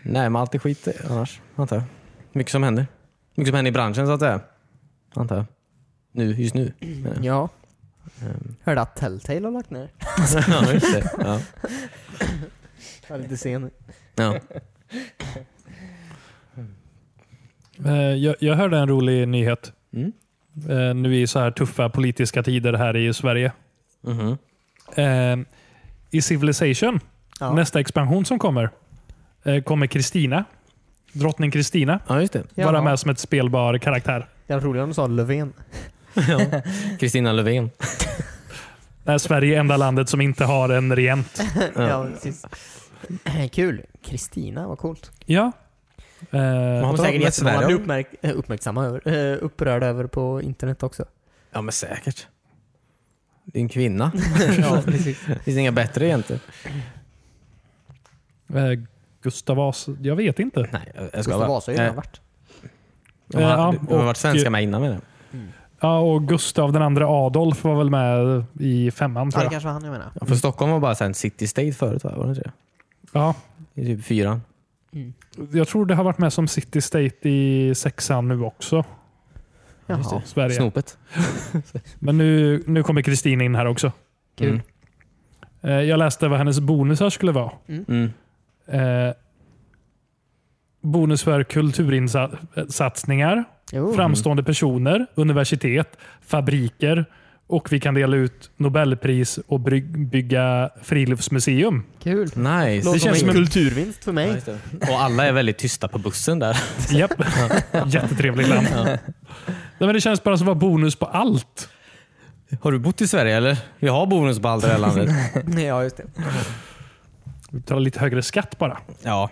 Nej, men allt är skit annars, antar jag. Mycket som händer. Mycket som händer i branschen, så att säga. Antar jag. Nu, just nu. menar jag.
ja. Hörde att Telltale har lagt ner.
ja, just det. Ja.
Jag är lite sen.
Ja.
Eh, Jag, jag hörde en rolig nyhet.
Mm.
Eh, Nu i så här tuffa politiska tider här i Sverige.
Mhm.
Eh, I Civilization,
Ja.
nästa expansion som kommer, eh, kommer Kristina. Drottning Kristina.
ja, just det.
Ja.
Vara med som ett spelbar karaktär.
Det var roligare om du sa Löfven.
Kristina Löfven.
När Sverige är enda landet som inte har en regent.
Ja.
ja, precis. Eh, Kul. Kristina, vad coolt.
Ja. Eh,
Hon
Hon säkert
men Sverige
jättemånga blir
har-
uppmärk- eh, uppmärksamma över, eh, upprörda över på internet också.
Ja, men säkert. Det är en kvinna.
ja, precis.
Det finns inga bättre egentligen.
eh, Gustav Vasa. Jag vet inte.
Nej, jag- jag ska
Gustav Vasa har ju redan varit.
De har,
Ja,
de har
och-
varit svenska med innan menar jag.
Ja, och Gustav den andra Adolf var väl med i femman
Ja,
tror
det
jag.
kanske var han jag menar.
Ja, för Mm. Stockholm var bara så här en city state förut, va? var det inte det?
Ja,
I typ fyran.
jag tror det har varit med som City State i sexan nu också.
Jaha.
Sverige.
Snopet.
Men nu, nu kommer Kristin in här också.
Kul.
Mm.
Eh, Jag läste vad hennes bonusar skulle vara.
Mm.
Eh, bonus för eh, kultursatsningar,
Jo.
Mm-hmm. framstående personer, universitet, fabriker och vi kan dela ut Nobelpris och bry- bygga friluftsmuseum.
Kul.
Nice.
Låter
Det känns
som
som
en
en-
kulturvinst för mig.
Och alla är väldigt tysta på bussen där.
Japp. Jättetrevligt land. Nej, men det känns bara som att vara bonus på allt.
Har du bott i Sverige eller? Vi har bonus på allt i det här landet.
Nej, ja, just det.
Vi betalar lite högre skatt bara.
Ja.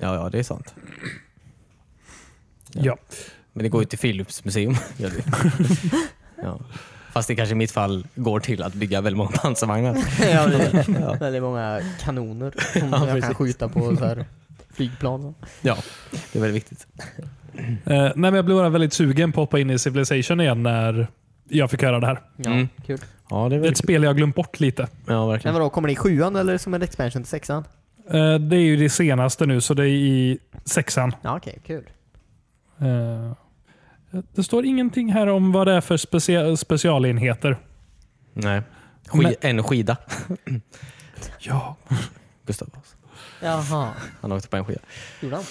Ja, ja, det är sant.
Ja.
Men det går ju till Friluftsmuseum. gör det. ja. Fast det kanske i mitt fall går till att bygga väldigt många pansarvagnar.
ja, det är väldigt många kanoner som
Ja,
jag kan
precis.
skjuta på så här flygplan.
Ja, det är väldigt viktigt.
Eh, nej, men jag blev bara väldigt sugen på att hoppa in i Civilization igen när jag fick höra det här.
Ja,
Mm.
kul.
Ja, det är
Det är ett
väldigt
spel jag har glömt bort lite.
Ja,
Men
verkligen.
vadå, kommer det i sjuan eller som en expansion till sexan?
Eh, det är ju det senaste nu, så det är i sexan.
Ja, okej, kul.
Eh, det står ingenting här om vad det är för specia- specialenheter.
Nej. Ski-
Men-
En skida.
Ja.
Gustav.
Jaha,
Han åkte på en skida.
gjorde han?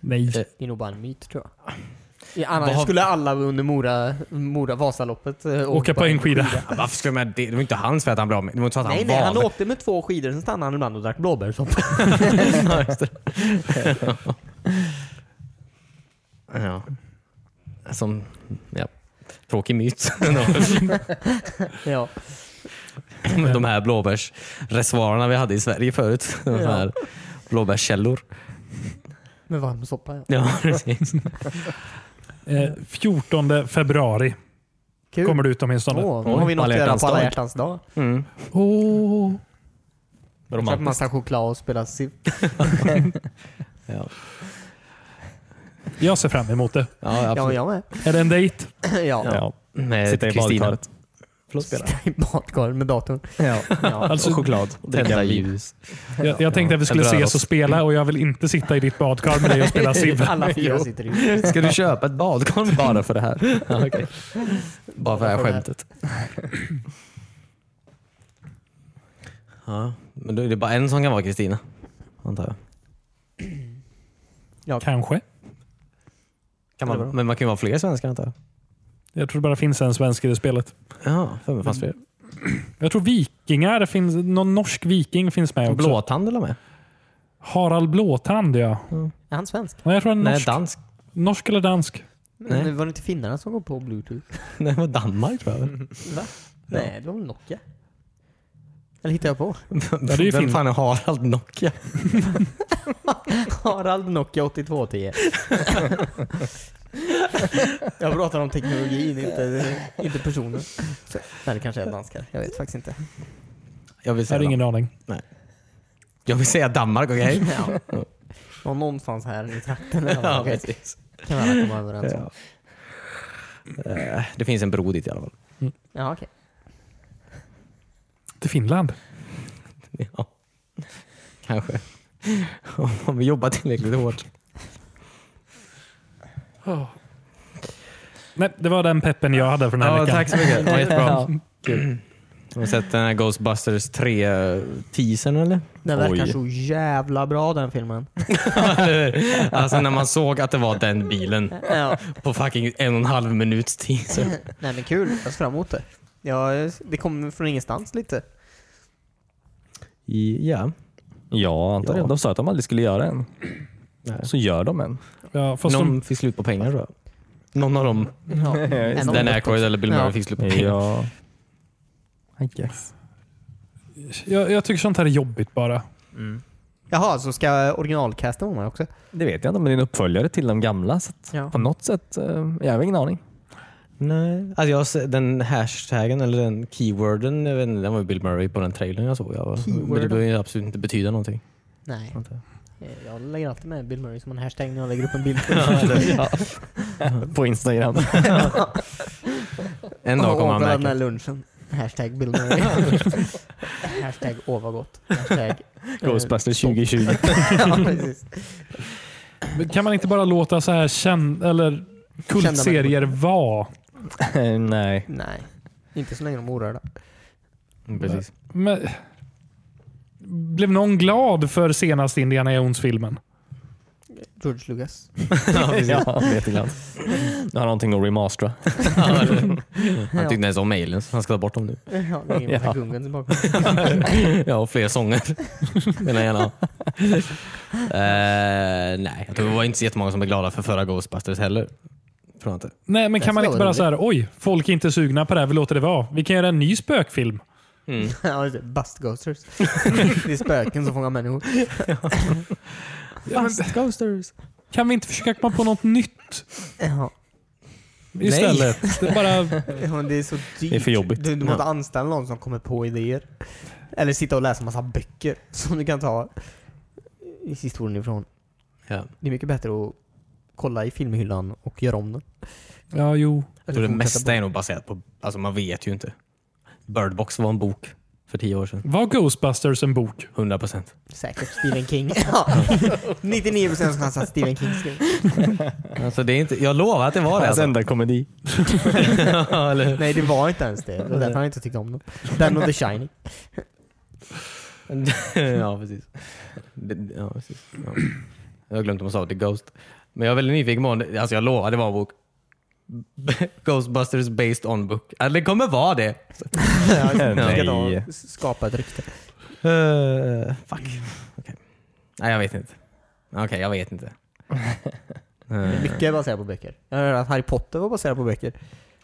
Nej.
Eh,
Det är nog bara en myt tror jag. I annars
Vad-
skulle alla under Mora, Mora Vasaloppet eh,
Åka på en skida.
Varför skulle man... Det det var inte hans fel att han blev av med... Det var inte så att
Nej,
han
nej, han
valde.
åkte med två skidor, sen stannade han ibland och drack blåbärssoppa.
Ja, just det. ja. Som... Ja. Tråkig myt.
ja.
De här blåbärsreservoarerna vi hade i Sverige förut. De
Ja.
här blåbärskällor.
Med varm soppa, ja.
Ja, precis.
Eh, 14 februari
Kul.
kommer det ut åtminstone. Åh,
Åh, nu har vi något att
Alla
göra
hjärtans
på alla
dag.
hjärtans dag. Köpa
Romantiskt.
massa choklad och spela Civ.
Ja.
Jag ser fram emot det.
Ja,
Ja,
absolut.
jag med.
Är det en dejt?
ja.
Ja.
Med
Sitta i
Kristina.
badkaret.
I badkaret med datorn.
Ja. Alltså, Och
Ja.
choklad. Och dricka
Tända
vin.
ljus.
Jag, jag tänkte att vi skulle
en brödrost.
ses och spela och jag vill inte sitta i ditt badkar med dig och spela Civ.
Alla fyra
Jo.
sitter i.
Ska du köpa ett badkar?
Bara för det här.
Ja, okej. Bara för det här
Bara för det här.
skämtet. Ja, men då är det bara en som kan vara Kristina. Antar jag.
Kanske.
Kan man, men man kan ju vara fler svenskar antar jag.
Jag tror det bara finns en svensk i det spelet.
Ja, för mig fanns fler.
Jag tror vikingar finns. Någon norsk viking finns med också.
Blåtand eller med?
Harald Blåtand ja.
Är han svensk?
Nej, jag tror han är
Nej,
norsk.
dansk.
norsk eller dansk.
Nej. Det var det inte finnarna som kom på bluetooth?
Nej, det var Danmark tror jag. väl.
Va? Nej, det var väl Nokia? Eller hittar jag på?
det är ju
Vem
Finland.
fan är Harald Nokia?
Harald Nokia 8210. jag pratar om teknologin, inte, inte personen. Så, nej, det kanske är danskar. Jag vet faktiskt inte.
Jag vill
Jag
säga,
har
ingen...
ingen aning.
jag vill säga Danmark, okej?
Ja. Någon någonstans här i trakten i alla
ja,
fall. Okej,
precis.
kan alla komma överens om.
Ja. Eh, Det finns en bro dit i alla fall.
Ja, okej.
Till Finland.
Ja. Kanske. Om vi jobbar tillräckligt hårt.
Nej, det var den peppen jag hade för den här veckan.
så mycket. Ja, jättebra.
Ja.
Har du sett den här Ghostbusters 3-teasern eller?
Den verkar
Oj.
så jävla bra den filmen.
Alltså när man såg att det var den bilen
Ja.
på fucking en och en halv minuts teaser.
Nej men kul, jag ser fram emot det. Ja, det kom från ingenstans lite.
Ja.
Ja, antar
Ja.
det. De sa att de aldrig skulle göra en.
Nej.
Så gör de en.
Ja, fast de,
Någon fick slut på pengar tror jag. Någon av dem.
Ja. En av
Dan
dem.
Aykroyd eller Bill
Ja.
Murray fick slut på pengar.
Ja. I guess.
jag, jag tycker sånt här är jobbigt bara.
Jaha, så ska originalcasten vara med också?
Det vet jag inte, men det är en uppföljare till de gamla. Så att
Ja.
På något sätt, eh, jag har ingen aning.
Nej. Alltså jag, har se- den hashtaggen eller den keyworden, jag vet inte, den var ju Bill Murray på den trailern jag såg. Jag, var- men det
Keyworden?
behöver ju absolut inte betyda någonting.
Nej. Eh,
antar jag.
Jag lägger alltid med Bill Murray som en hashtag när jag lägger upp en bild.
På Instagram.
En dag kommer
Och
han
den här
märka.
lunchen. Hashtag Bill Murray. hashtag åh vad gott. Hashtag eh,
Ghostbusters 2020.
ja, precis.
Men Kan man inte bara låta så här känn, eller Kultserier var.
Eh, Nej,
Nej. Inte så länge de är orörda.
precis.
Men, blev någon glad för senast Indiana Jones-filmen?
George Lucas.
ja, precis. Ja, jag är jätteglad. Jag har någonting att remastera.
Han tyckte inte ens om mailen så han ska ta bort dem nu.
Ja, det är ju
Ja.
med gungen tillbaka.
ja, och fler sånger. Vill han gärna ha. Eh, nej, jag tror det var inte så jättemånga som är glada för förra Ghostbusters heller. Tror jag inte.
Nej, men
ska
kan man inte
vara
bara
roligt.
så här, oj, folk är inte sugna på det här, vi låter det vara. Vi kan göra en ny spökfilm.
Mm.
Ja, just det. Bustghosters. det är spöken som fångar människor.
Ghosters.
Kan vi inte försöka komma på något nytt
Ja.
istället? Det är bara,
Ja, men det är så dyrt.
Det är för jobbigt.
Du, du måste anställa någon som kommer på idéer. Eller sitta och läsa massa böcker som du kan ta historien ifrån.
Ja.
Det är mycket bättre att kolla i filmhyllan och göra om den.
ja, jo.
Jag
Eller
tror det
fortsätta
mesta är nog baserat på, alltså man vet ju inte. Bird Box var en bok för tio år sedan.
Var Ghostbusters en bok?
100 procent.
på- Säkert Stephen King. ja. 99% chans att Stephen King skrev.
Alltså det är inte, jag lovar att det var det.
Hans
Alltså.
enda komedi.
Ja, eller hur?
Nej, det var inte ens det. Det var därför han inte tyckte om den. Den och The Shining.
ja, precis. Det- Ja, precis. Ja. Jag har glömt om jag sa det, Ghost. Men jag är väldigt nyfiken på om det- alltså jag lovar det var en bok. Ghostbusters based on book. Eller det kommer vara det.
Ja,
Nej.
jag ska ta- Skapa ett rykte.
Eh, fuck. Okej. Nej, jag vet inte. Okej, jag vet inte. Eh,
Mycket är baserat på böcker. Jag hörde att Harry Potter var baserat på böcker.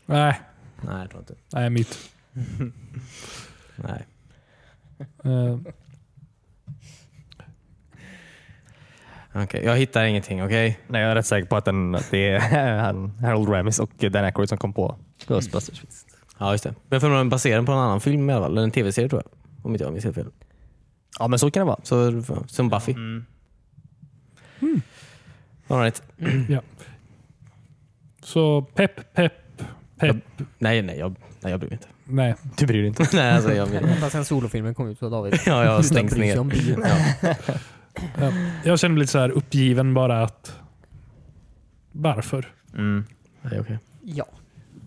Nej,
nej, jag tror inte.
nej mitt.
Nej.
Eh,
Okej, jag hittar ingenting, okej?
Nej, jag är rätt säker på att, den, att det är han, Harold Ramis och Dan Aykroyd som kom på Ghostbusters.
Ja, just det. Men för de baserar den på en annan film i alla fall, eller en tv-serie tror jag. Om inte jag minns helt fel.
Ja, men så kan det vara.
Så, som Buffy. Mm.
Hmm.
All right.
så pepp, pepp, pepp.
Nej, nej, jag, nej, jag bryr mig inte.
Nej.
Du bryr dig inte.
nej, alltså, jag, jag,
Fast sen solofilmen kom ut så har David
jag har stängt
bryr sig om
ner.
bion.
Ja.
Ja. Jag känner mig lite så här uppgiven bara att... Varför?
Nej, okej.
Ja.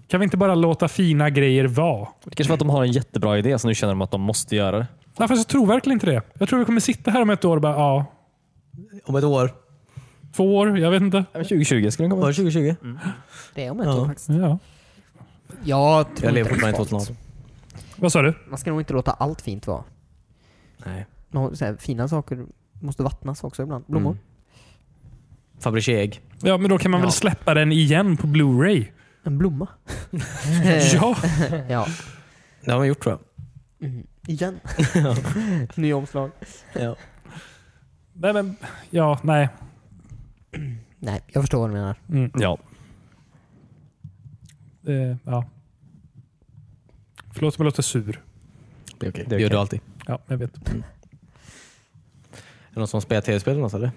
Kan vi inte bara låta fina grejer vara?
Det kanske var att de har en jättebra idé, så nu känner de att de måste göra det.
Nej, fast jag tror verkligen inte det. Jag tror vi kommer sitta här om ett år och bara, ja,
Om ett år. Mm.
två år, jag vet inte.
Ja, men 2020 skulle den komma
Var
ut.
det 2020?
Mm.
Det är om ett
Ja.
år faktiskt.
Ja.
Jag tror
Jag lever
inte
fortfarande i
det är farligt.
2018.
Vad sa du?
Man ska nog inte låta allt fint vara.
Nej.
Nå- Så här, fina saker måste vattnas också
Mm.
ibland. Blommor.
Fabergé ägg.
Ja, men då kan man
Ja.
väl släppa den igen på Blu-ray?
En blomma. Eh.
Ja.
ja.
Det har man gjort tror
Mm. Igen. Nya omslag.
jag. Ja.
Nej, men, ja, nej.
Nej, jag förstår vad du menar.
Mm.
Ja.
Eh, ja. Förlåt om jag låter sur.
Det är okej.
Det
Det
är
gör
okej.
du alltid.
Ja, jag vet.
Är det någon som spelar tv-spel eller något eller?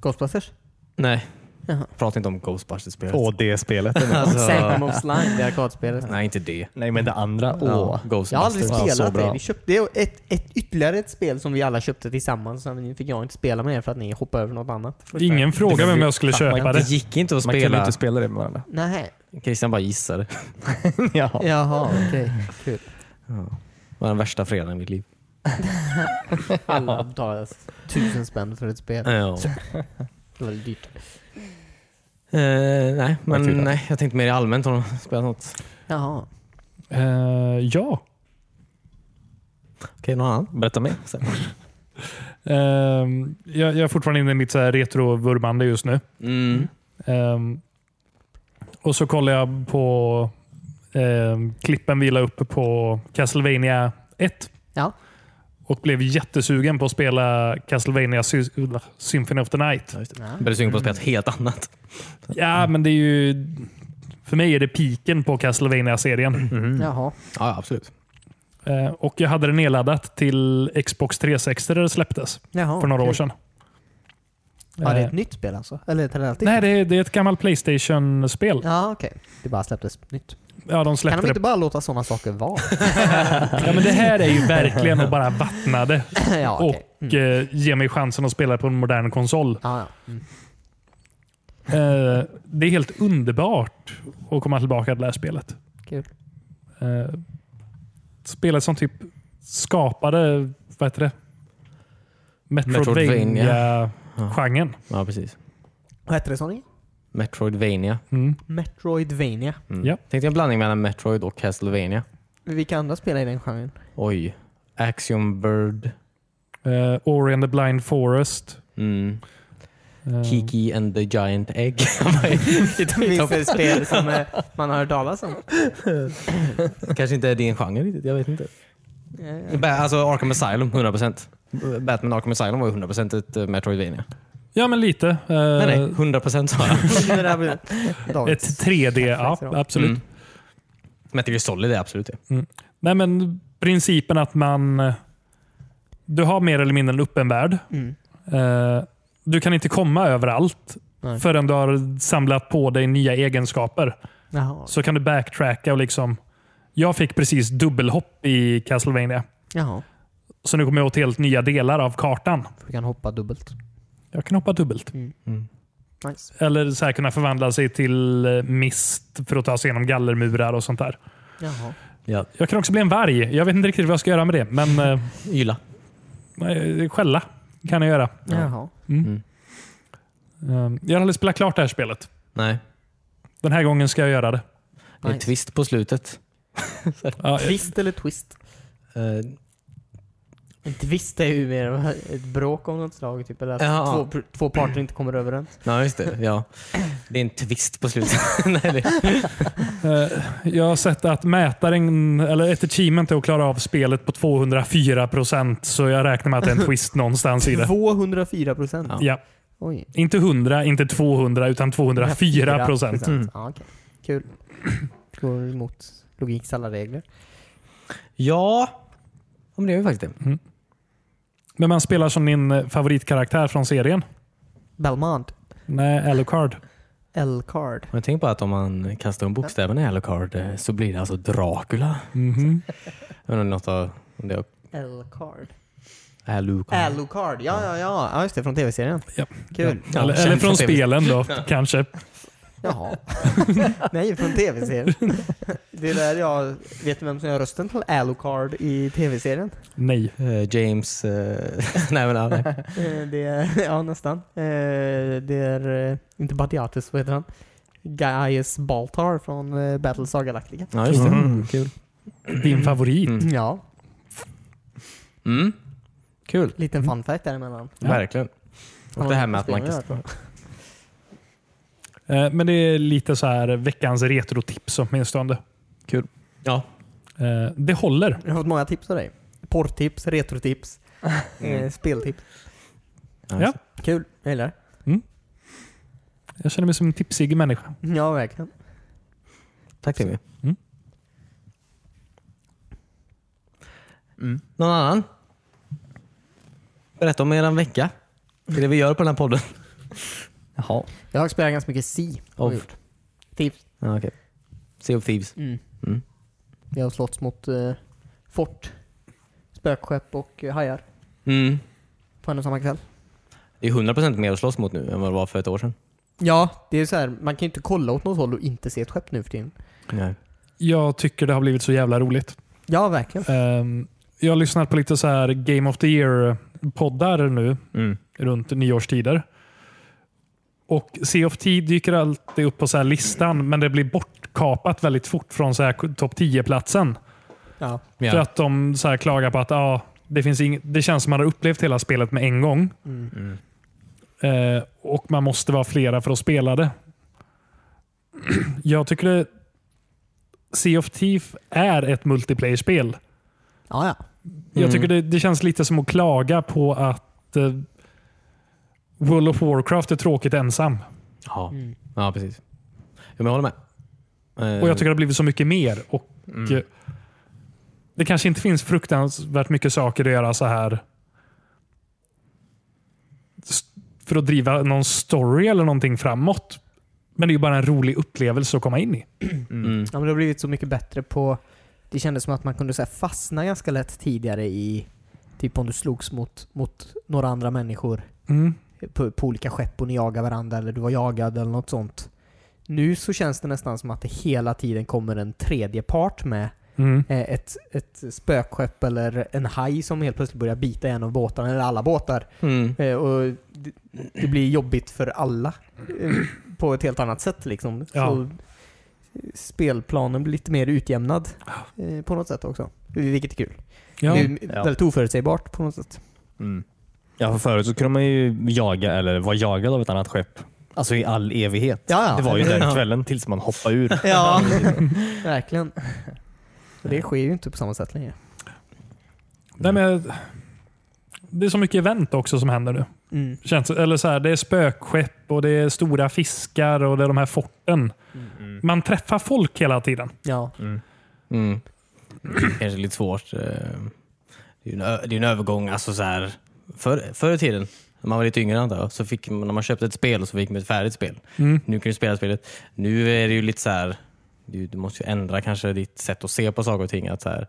Ghostbusters?
Nej.
Jaha.
Prata inte om Ghostbusters-spelet.
Åh, det spelet.
Sanctum of Slime, det arkadspelet.
Alltså, Nej, inte det.
Nej, men det andra. Åh.
Ja, Ghostbusters.
Jag har aldrig
var så
spelat det.
bra.
Vi köpte det och ett, ett, ytterligare ett spel som vi alla köpte tillsammans. Sen fick jag inte spela med er för att ni hoppade över något annat. först.
Ingen fråga vem jag skulle köpa
man-
Det
det.
gick inte att
Man kan ju
spela.
inte spela det med varandra.
Nej.
Christian bara gissade. Det
ja.
Jaha, okej. Kul.
var den värsta fredagen i mitt liv.
Alla betalade tusen spänn för ett spel.
Ja.
Det var väldigt dyrt.
Eh, nej,
Vad kul
men
att-
nej, jag tänkte mer allmänt om de har spelat något.
Jaha.
Eh, ja.
Okej, någon annan?
Berätta mer.
Ehm, jag, jag är fortfarande inne i mitt så här retrovurmande just nu.
Mm.
Ehm, och så kollar jag på ehm, klippen vi la upp på Castlevania 1
Ja.
och blev jättesugen på att spela Castlevania Sy Symphony of the Night.
Ja.
Jag började sugen på att spela ett helt annat.
Ja, men det är ju... För mig är det piken på Castlevania-serien.
Mm. Jaha.
Ja, ja, absolut.
Eh, och Jag hade det nedladdat till Xbox 360 där det släpptes
Jaha.
för några år
okej.
sedan.
Ja, det är
Eh,
ett nytt spel alltså? Eller ett relativt
Nej,
nytt?
det är, det är ett gammalt Playstation-spel.
Ja, okej. Det bara släpptes nytt.
Ja, de
Kan
släppte
de
det
inte bara låta sådana saker vara?
Ja, men det här är ju verkligen att bara vattna det eh,
ja, okej.
och
Mm.
eh, ge mig chansen att spela på en modern konsol.
Ja, ja. Mm.
Eh, det är helt underbart att komma tillbaka till det här spelet.
Kul.
Eh, spelet som typ skapade, vad heter det?
Metroidvania.
Metroidvania-genren.
Ja, precis.
Vad hette det sa ni?
Metroidvania.
Mm.
Metroidvania.
Mm.
Ja.
Tänkte jag blandning mellan Metroid och Castlevania.
Vilka andra spelar i den genren?
Oj. Axiom Bird.
Eh, Ori and the Blind Forest.
Mm.
Eh,
Kiki and the Giant Egg.
Finns det spel som eh, man har hört talas om?
Kanske inte är din genre riktigt. Jag vet inte.
Ja, ja.
Ba- Alltså Arkham Asylum, 100%. Batman Arkham Asylum var ju 100% ett eh, Metroidvania.
Ja, men lite. Eh,
Nej, nej. 100% sa jag.
Det där blir- David.
Ett 3D, ja
Perfekt.
absolut.
Mm. Metal Gear Solid är absolut det.
Nej, men principen att man... Du har mer eller mindre en öppen värld.
Mm.
Eh, Du kan inte komma överallt
Nej.
förrän du har samlat på dig nya egenskaper.
Jaha.
Så kan du backtracka och liksom... Jag fick precis dubbelhopp i Castlevania.
Jaha.
Så nu kommer jag åt helt nya delar av kartan.
För du kan hoppa dubbelt.
Jag kan hoppa dubbelt.
Nice.
Eller så här kunna förvandla sig till eh, mist för att ta sig igenom gallermurar och sånt där.
Jaha.
Ja.
Jag kan också bli en varg. Jag vet inte riktigt vad jag ska göra med det, men eh,
Yla.
nej, skälla kan jag göra.
Jaha.
Eh, Jag har aldrig spelat klart det här spelet.
Nej.
Den här gången ska jag göra det.
Det är en
Nice.
twist på slutet.
Ja, eh,
Twist eller twist?
Eh,
En twist är ju mer av ett bråk om något slag. Typ, eller att
Ja.
två, pr- två parter inte kommer överens.
Ja, just det. Ja. Det är en twist på slutet. Nej, det,
eh, jag har sett att mätaren, eller ett achievement är att klara av spelet på 204 procent, så jag räknar med att det är en twist någonstans i det.
204 procent?
Ja.
Ja,
Oj.
inte 100, inte 200, utan 204 procent.
104%. Ja, okej. Kul. Går emot logiks alla regler.
ja, Ja, men det är ju faktiskt det.
Men man spelar som din eh, favoritkaraktär från serien.
Belmont.
Nej, Alucard.
L-card.
Men tänk på att om man kastar en bokstäverna i Alucard eh, så blir det alltså Dracula.
Mhm.
Jag undrar om något av om det är
L-card.
Alucard.
Alucard. Ja, ja, ja. Ja, just det. Från tv-serien.
Ja.
Kul.
Ja,
eller,
känd
eller från
från TV.
spelen då, kanske.
Jaha. Nej, från tv-serien. Det är där jag... Vet du vem som gör rösten till Alucard i tv-serien?
Nej.
Eh, James... eh, nej, men, ja, nej.
Eh, Det är, ja, nästan. Eh, Det är, eh, inte Batiatus, vad heter han? Gaius Baltar från eh, Battlestar Galactica.
Ja, just det.
Mhm.
Kul.
Din favorit.
Mm.
Ja,
Mm. Kul.
liten fun fact däremellan.
Ja.
Verkligen. Och det här med att man kastar...
Eh, Men det är lite så här veckans retrotips åtminstone.
Ja.
Eh, Det håller.
Jag har fått många tips av dig. Porrtips, retrotips, eh, speltips.
Ja.
Kul, jag gillar det.
Jag känner mig som en tipsig människa.
Ja, verkligen.
Tack Timmy.
Mm.
Mm.
Någon annan? Berätta om eran vecka. Det är det vi gör på den här podden.
Jaha.
Jag har spelat ganska mycket Si. har jag
Of.
gjort. Tips.
Ja, okay. Sea of Thieves.
Mm.
Mm.
Jag har slått mot eh, fort, spökskepp och eh, hajar
Mm.
på en och samma kväll.
Det är 100% mer att slåss mot nu än vad det var för ett år sedan.
Ja, det är så här, man kan ju inte kolla åt något håll och inte se ett skepp nu för tiden.
Nej.
Jag tycker det har blivit så jävla roligt.
Ja, verkligen.
Ehm, Jag har lyssnat på lite så här Game of the Year-poddar nu
Mm.
runt nyårstider. Och Sea of Thieves dyker alltid upp på så här listan, men det blir bortkapat väldigt fort från så här topp 10-platsen.
Ja.
För
Ja.
att de så här klagar på att ja, det, finns ing- det känns som man har upplevt hela spelet med en gång. Eh, och man måste vara flera för att spela det. Jag tycker det, Sea of Thief är ett multiplayer-spel.
Ja, ja.
Jag tycker det, det känns lite som att klaga på att eh, World of Warcraft är tråkigt ensam.
Ja. ja, precis. Ja, men jag håller med. Eh,
Och Jag tycker det har blivit så mycket mer. Och eh, Det kanske inte finns fruktansvärt mycket saker att göra så här s- för att driva någon story eller någonting framåt. Men det är ju bara en rolig upplevelse att komma in i.
mm.
ja men det har blivit så mycket bättre på... Det kändes som att man kunde så här, fastna ganska
Mm.
lätt tidigare i... Typ om du slogs mot, mot några andra människor. på, på olika skepp och ni jagar varandra eller du var jagad eller något sånt. Nu så känns det nästan som att det hela tiden kommer en tredje part med
Mm.
eh, ett, ett spökskepp eller en haj som helt plötsligt börjar bita en av båtarna, eller alla båtar.
Mm.
Eh, och det, det blir jobbigt för alla eh, på ett helt annat sätt liksom.
Ja.
Så spelplanen blir lite mer utjämnad eh, på något sätt också. Vilket är kul.
Ja.
Det är
Ja.
väldigt oförutsägbart på något sätt.
Mm. Ja, för förut så kunde man ju jaga eller vara jagad av ett annat skepp. Alltså i all evighet.
Ja, ja.
Det var ju
Eller-
den kvällen tills man hoppade ur.
Ja, verkligen. Och Det sker ju inte på samma sätt längre.
Nej, men, jag- det är så mycket event också som händer nu.
Mm.
Känns, eller så här, det är spökskepp och det är stora fiskar och det är de här forten. Man träffar folk hela tiden.
Ja.
Mm. Kanske lite svårt. eh, Det är ju en, ö- det är en övergång. Alltså så här, för, förr i tiden, när man var lite yngre antar jag, så fick man, när man köpte ett spel och så fick man ett färdigt spel. Nu kan du spela spelet. Nu är det ju lite så här, du, du måste ju ändra kanske ditt sätt att se på saker och ting. Att så här,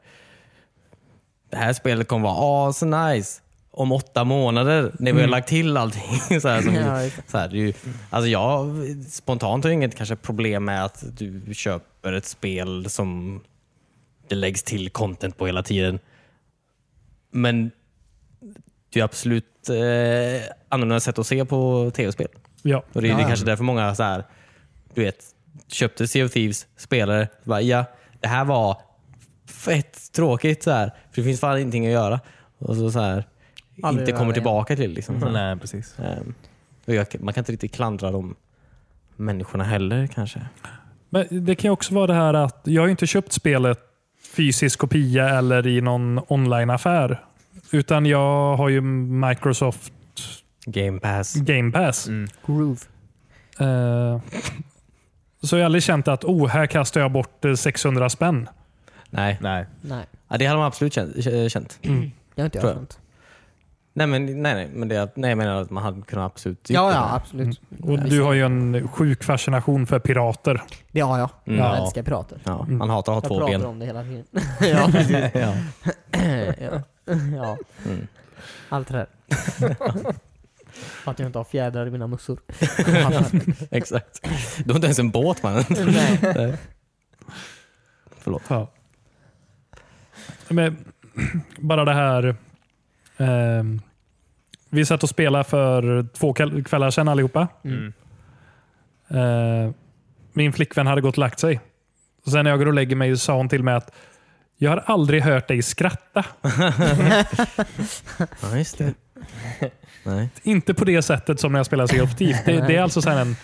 det här spelet kommer vara så nice om åtta månader när vi har lagt till allting. så här, som,
Ja, just
så här, det är ju, alltså jag spontant har jag inget kanske problem med att du köper ett spel som det läggs till content på hela tiden. Men det är absolut eh, annorlunda sätt att se på tv-spel.
Ja.
Och det är
Ja,
det
ja.
kanske därför många så här, du vet, köpte Sea of Thieves, spelare, bara, ja, det här var fett tråkigt så här, för det finns fan ingenting att göra. Och så, så här,
Aldrig
inte
göra
kommer
det igen.
tillbaka till liksom. Så här.
Nej, precis.
Ehm, och jag, man kan inte riktigt klandra de människorna heller kanske.
Men det kan ju också vara det här att jag har ju inte köpt spelet fysisk kopia eller i någon onlineaffär. Utan jag har ju Microsoft
Game Pass.
Mm.
Game Pass.
Mm.
Groove.
Eh, så jag har aldrig känt att oh, här kastar jag bort eh, 600 spänn.
Nej,
Nej.
Nej,
ja, det hade man absolut känt. k- känt.
det har inte jag
Tror jag.
sånt.
Nej, men, nej, nej, men det, nej, jag menar att man hade kunnat absolut gjort
Ja,
det.
ja, absolut.
Mm.
Och Du har ju en sjuk fascination för pirater.
Det har jag.
Mm.
Jag
Ja.
älskar pirater.
Ja, man hatar att
Mm. Jag
ha två
pratar
ben.
om det hela tiden. ja, precis.
Ja.
ja. ja.
Mm.
Allt det där. Att jag inte har fjädrar i mina mössor.
Exakt. Du har inte ens en båt mannen.
Nej.
Förlåt.
Ja. Men, bara det här. ehm, vi satt och spelade för två kväll- kvällar sedan allihopa.
Mm.
Eh, min flickvän hade gått och lagt sig. Sen när jag går och lägger mig sa hon till mig att jag har aldrig hört dig skratta.
Ja, just det. Nej.
Inte på det sättet som när jag spelar Sea of Thieves. Det, det är alltså så här en,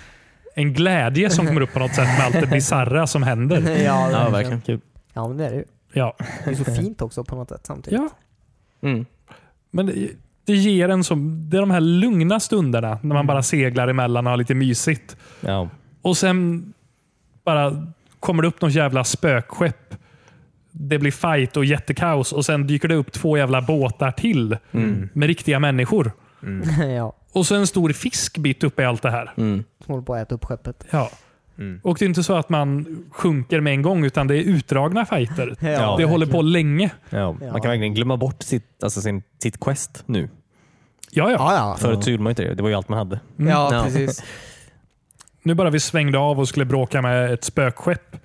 en glädje som kommer upp på något sätt med allt det bizarra som händer.
ja,
Ja, verkligen. Kul.
Ja, men det är det ju.
Ja.
Det är så fint också på något sätt samtidigt.
ja.
Mm.
Men det, det ger en som, det är de här lugna stunderna när man bara seglar emellan och har lite mysigt.
Ja.
Och sen bara kommer det upp något jävla spökskepp. Det blir fight och jättekaos och sen dyker det upp två jävla båtar till med riktiga människor.
Ja.
Och så en stor fisk mitt uppe i allt det här.
Mm.
Som håller på att äta upp skeppet.
Ja. Och Det är inte så att man sjunker med en gång, utan det är utdragna fighter.
Ja,
det
verkligen.
håller på länge.
Ja.
Ja.
Man kan verkligen glömma bort sitt, alltså sin, sitt quest nu.
Ja, ja.
Ja, ja.
Förut så gjorde man ju inte det. Det var ju allt man hade.
Mm. Ja,
Ja.
precis.
Nu bara vi svängde av och skulle bråka med ett spökskepp.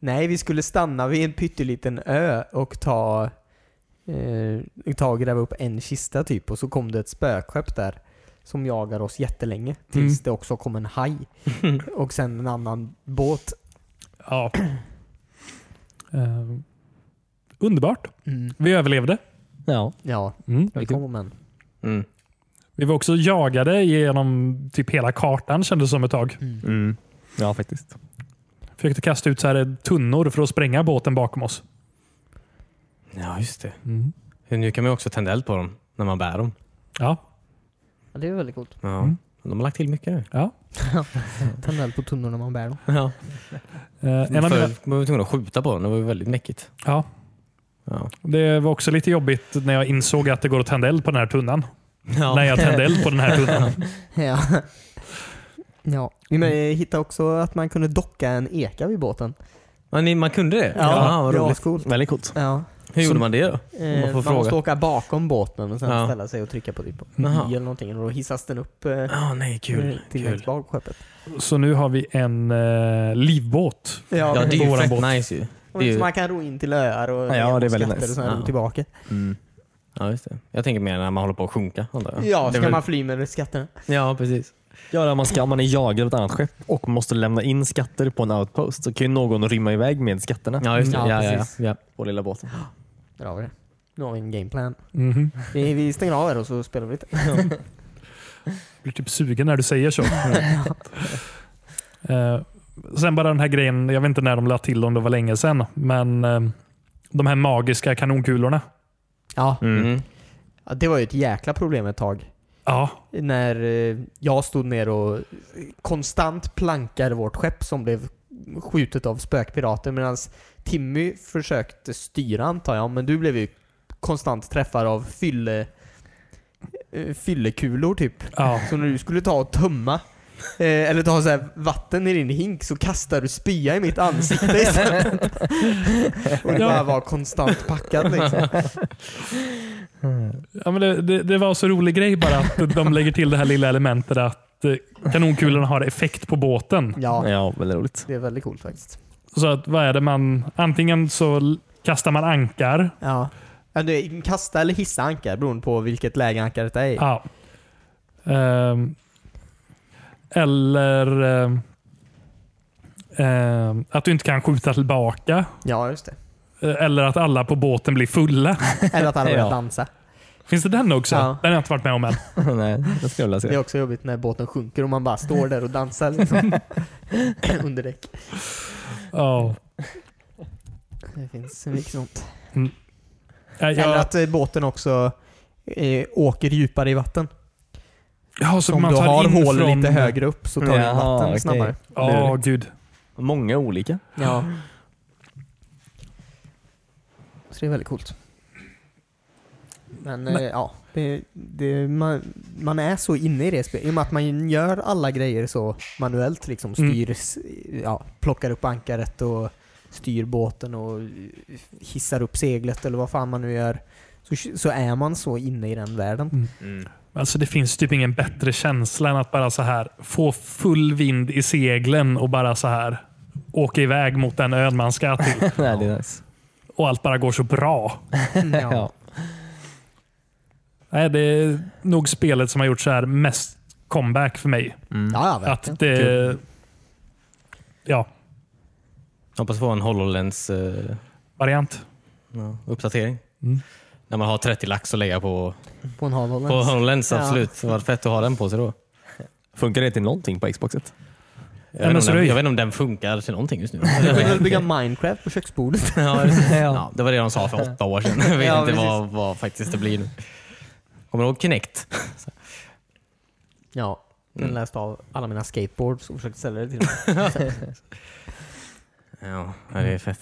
Nej, vi skulle stanna vid en pytteliten ö och ta, eh, ta och gräva upp en kista typ och så kom det ett spökskepp där som jagar oss jättelänge tills
Mm.
det också kom en haj och sen en annan båt.
Ja. Eh, underbart.
Mm.
Vi överlevde.
Ja.
Ja,
Mm.
det kom en.
Mm.
Vi var också jagade genom typ hela kartan kändes det som ett tag.
Mm. Ja, faktiskt.
Försökte kasta ut så här tunnor för att spränga båten bakom oss.
Ja, just det. Mm. Nu kan man ju också tända eld på dem när man bär dem.
Ja,
Ja, det är väldigt coolt.
Ja.
Mm.
De har lagt till mycket nu.
ja.
Tänd eld på tunnorna när man bär dem.
Ja.
Eh, en av mina,
Förr var vi tvungna att skjuta på dem. Det var ju väldigt mäckigt.
ja.
Ja.
Det var också lite jobbigt när jag insåg att det går att tända eld på den här tunnan. När jag tände eld på den här tunnan.
Ja. Ja, vi med- eh, hittade också att man kunde docka en eka vid båten.
Men ni, man kunde det?
Ja,
vad
det var
roligt.
ascoolt.
Väldigt coolt.
Ja.
Hur gjorde man det då? Om man
Eh,
får
man måste
fråga.
åka bakom båten och sen
Ja.
ställa sig och trycka på typ Y
Jaha.
eller någonting och då hissas den upp eh,
Ja, nej, kul.
till
kul.
längst bak skeppet.
Så nu har vi en eh, livbåt.
Ja, det är ju
Våran
fett
båt.
nice ju.
Och
det är ju-
så man kan ro in till öar och
Ja, det är
och
väldigt
skatter
nice.
och sådär
Ja.
ro tillbaka.
Ja, just det. Jag tänker mer när man håller på att sjunka, antar jag.
Ja,
Det
ska
är väl-
man fly med skatterna.
Ja, precis.
Ja, där man, ska, man är jagad av ett annat skepp och måste lämna in skatter på en outpost så kan ju någon rymma iväg med skatterna Mm.
Ja, just det.
Ja,
Ja, ja, ja,
precis.
ja.
på lilla båten.
Där har vi det. Nu har vi en gameplan.
Mhm.
Vi, vi stänger av här och så spelar vi lite.
blir typ sugen när du säger så. Eh, sen bara den här grejen, jag vet inte när de la till om det var länge sedan, men eh, de här magiska kanonkulorna.
Ja.
Mm.
ja, det var ju ett jäkla problem ett tag.
Ja,
När eh, jag stod ner och konstant plankade vårt skepp som blev skjutet av spökpirater medan Timmy försökte styra antar jag, men du blev ju konstant träffad av fylle, eh, fyllekulor typ.
ja.
Så när du skulle ta och tömma eh, eller ta så här vatten i din hink så kastar du spya i mitt ansikte istället. och det bara var konstant packat liksom.
ja men det, det, det var så rolig grej bara att de lägger till det här lilla elementet att eh, kanonkulorna har effekt på båten.
Ja,
Ja, väldigt roligt.
det är väldigt coolt faktiskt.
Så att, vad är det man... Antingen så l- kastar man ankar.
Ja. Ja, det är Äh, kasta eller hissa ankar beroende på vilket läge ankaret är i.
Ja. Ehm, eller ehm, ehm, att du inte kan skjuta tillbaka.
Ja, just det.
Eh, Eller att alla på båten blir fulla.
Eller att alla börjar
Ja.
dansa.
Finns det den också?
Ja.
Den har jag inte varit med om än.
Nej, det skulle jag vilja
Det är
se.
också jobbigt när båten sjunker och man bara står där och dansar liksom. under däck.
Ja.
Det finns mycket sånt.
Eh,
Eller
Jag,
att eh, båten också eh, åker djupare i vatten.
ja, så
om
man
du
tar
har
in
hål
från...
lite högre upp så tar du in
Jaha,
vatten
okej.
snabbare.
Ja, gud.
Många olika.
Ja. Så det är väldigt coolt. Men, eh, ja, det, det, man, man är så inne i det spelet. I och med att man gör alla grejer så manuellt liksom.
Mm.
Styr, s- ja, plockar upp ankaret och styr båten och hissar upp seglet eller vad fan man nu gör. Så, så är man så inne i den världen.
Alltså det finns typ ingen bättre känsla än att bara så här få full vind i seglen och bara så här åka iväg mot den ön man ska till.
Nej, det är nice.
Och allt bara går så bra.
Ja.
Nej, det är nog spelet som har gjort så här mest comeback för mig.
ja,
Att det... Ja,
Hoppas få en HoloLens eh,
variant.
uppdatering. När man har 30 lax att lägga på,
På en
på
halvhållens.
HoloLens.
Ja.
Absolut. Det var fett att ha den på sig då.
Funkar det till någonting på Xboxet?
Jag,
men
vet, inte
så det
om
är
den,
ju-
jag vet inte om den funkar till någonting just nu.
Du kan väl bygga Minecraft på köksbordet?
Ja, det, ja, det var det de sa för åtta år sedan. Jag vet
Ja,
inte
precis.
vad, vad faktiskt det blir nu. Kommer du ihåg Kinect?
Ja, den
Mm.
läste av alla mina skateboards och försökte sälja det till mig.
Ja, det är fett.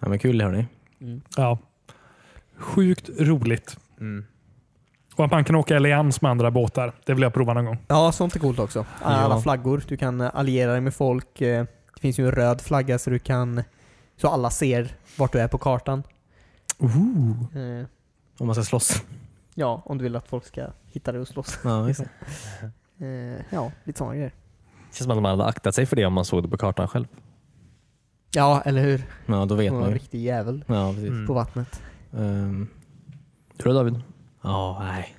Ja, men kul hörni.
Ja. Sjukt roligt. Och att man kan åka i allians med andra båtar. Det vill jag prova någon gång.
Ja, sånt är coolt också. Alla
Ja.
flaggor. Du kan eh, alliera dig med folk. Eh, Det finns ju en röd flagga så du kan så alla ser vart du är på kartan. Eh,
Om man ska slåss.
Ja, om du vill att folk ska hitta dig och slåss.
Ja, just det.
Eh, Ja, lite sådana grejer.
Känns som att man hade aktat sig för det om man såg det på kartan själv.
Ja, eller hur?
ja då vet man
Hon var en
ju. Mm.
riktig jävel
Ja, precis.
på vattnet.
Ehm,
Du då David?
Ja, nej.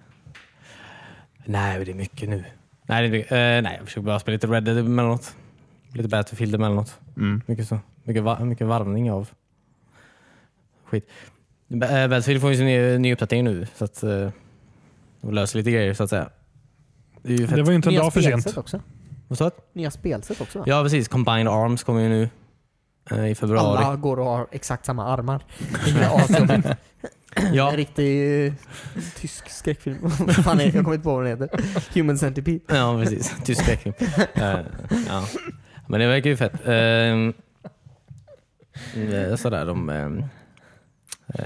Nej, det är mycket nu. Nej, det är mycket, eh, nej jag försöker bara spela lite Red Dead emellanåt. Lite Battlefield emellanåt. Mycket så. Mycket, va- mycket varvning av skit. Ba- eh, Battlefield får ju sin ny, ny uppdatering nu, så att eh, de löser lite grejer så att säga. Det är ju fett.
Det var ju inte en dag för sent.
spelsätt också.
Vad sa du?
Nya spelsätt också va?
Ja, precis. Combined Arms kommer ju nu eh, i februari.
Alla går och har exakt samma armar. Det blir asjobbigt.
Ja.
En riktig eh, tysk skräckfilm. Vad fan är det? Jag kommer inte på vad den heter. Human Centipede.
Ja, precis. Tysk skräckfilm. Eh, ja. Men det verkar ju fett. Ehm, eh, sådär, de, ehm, eh,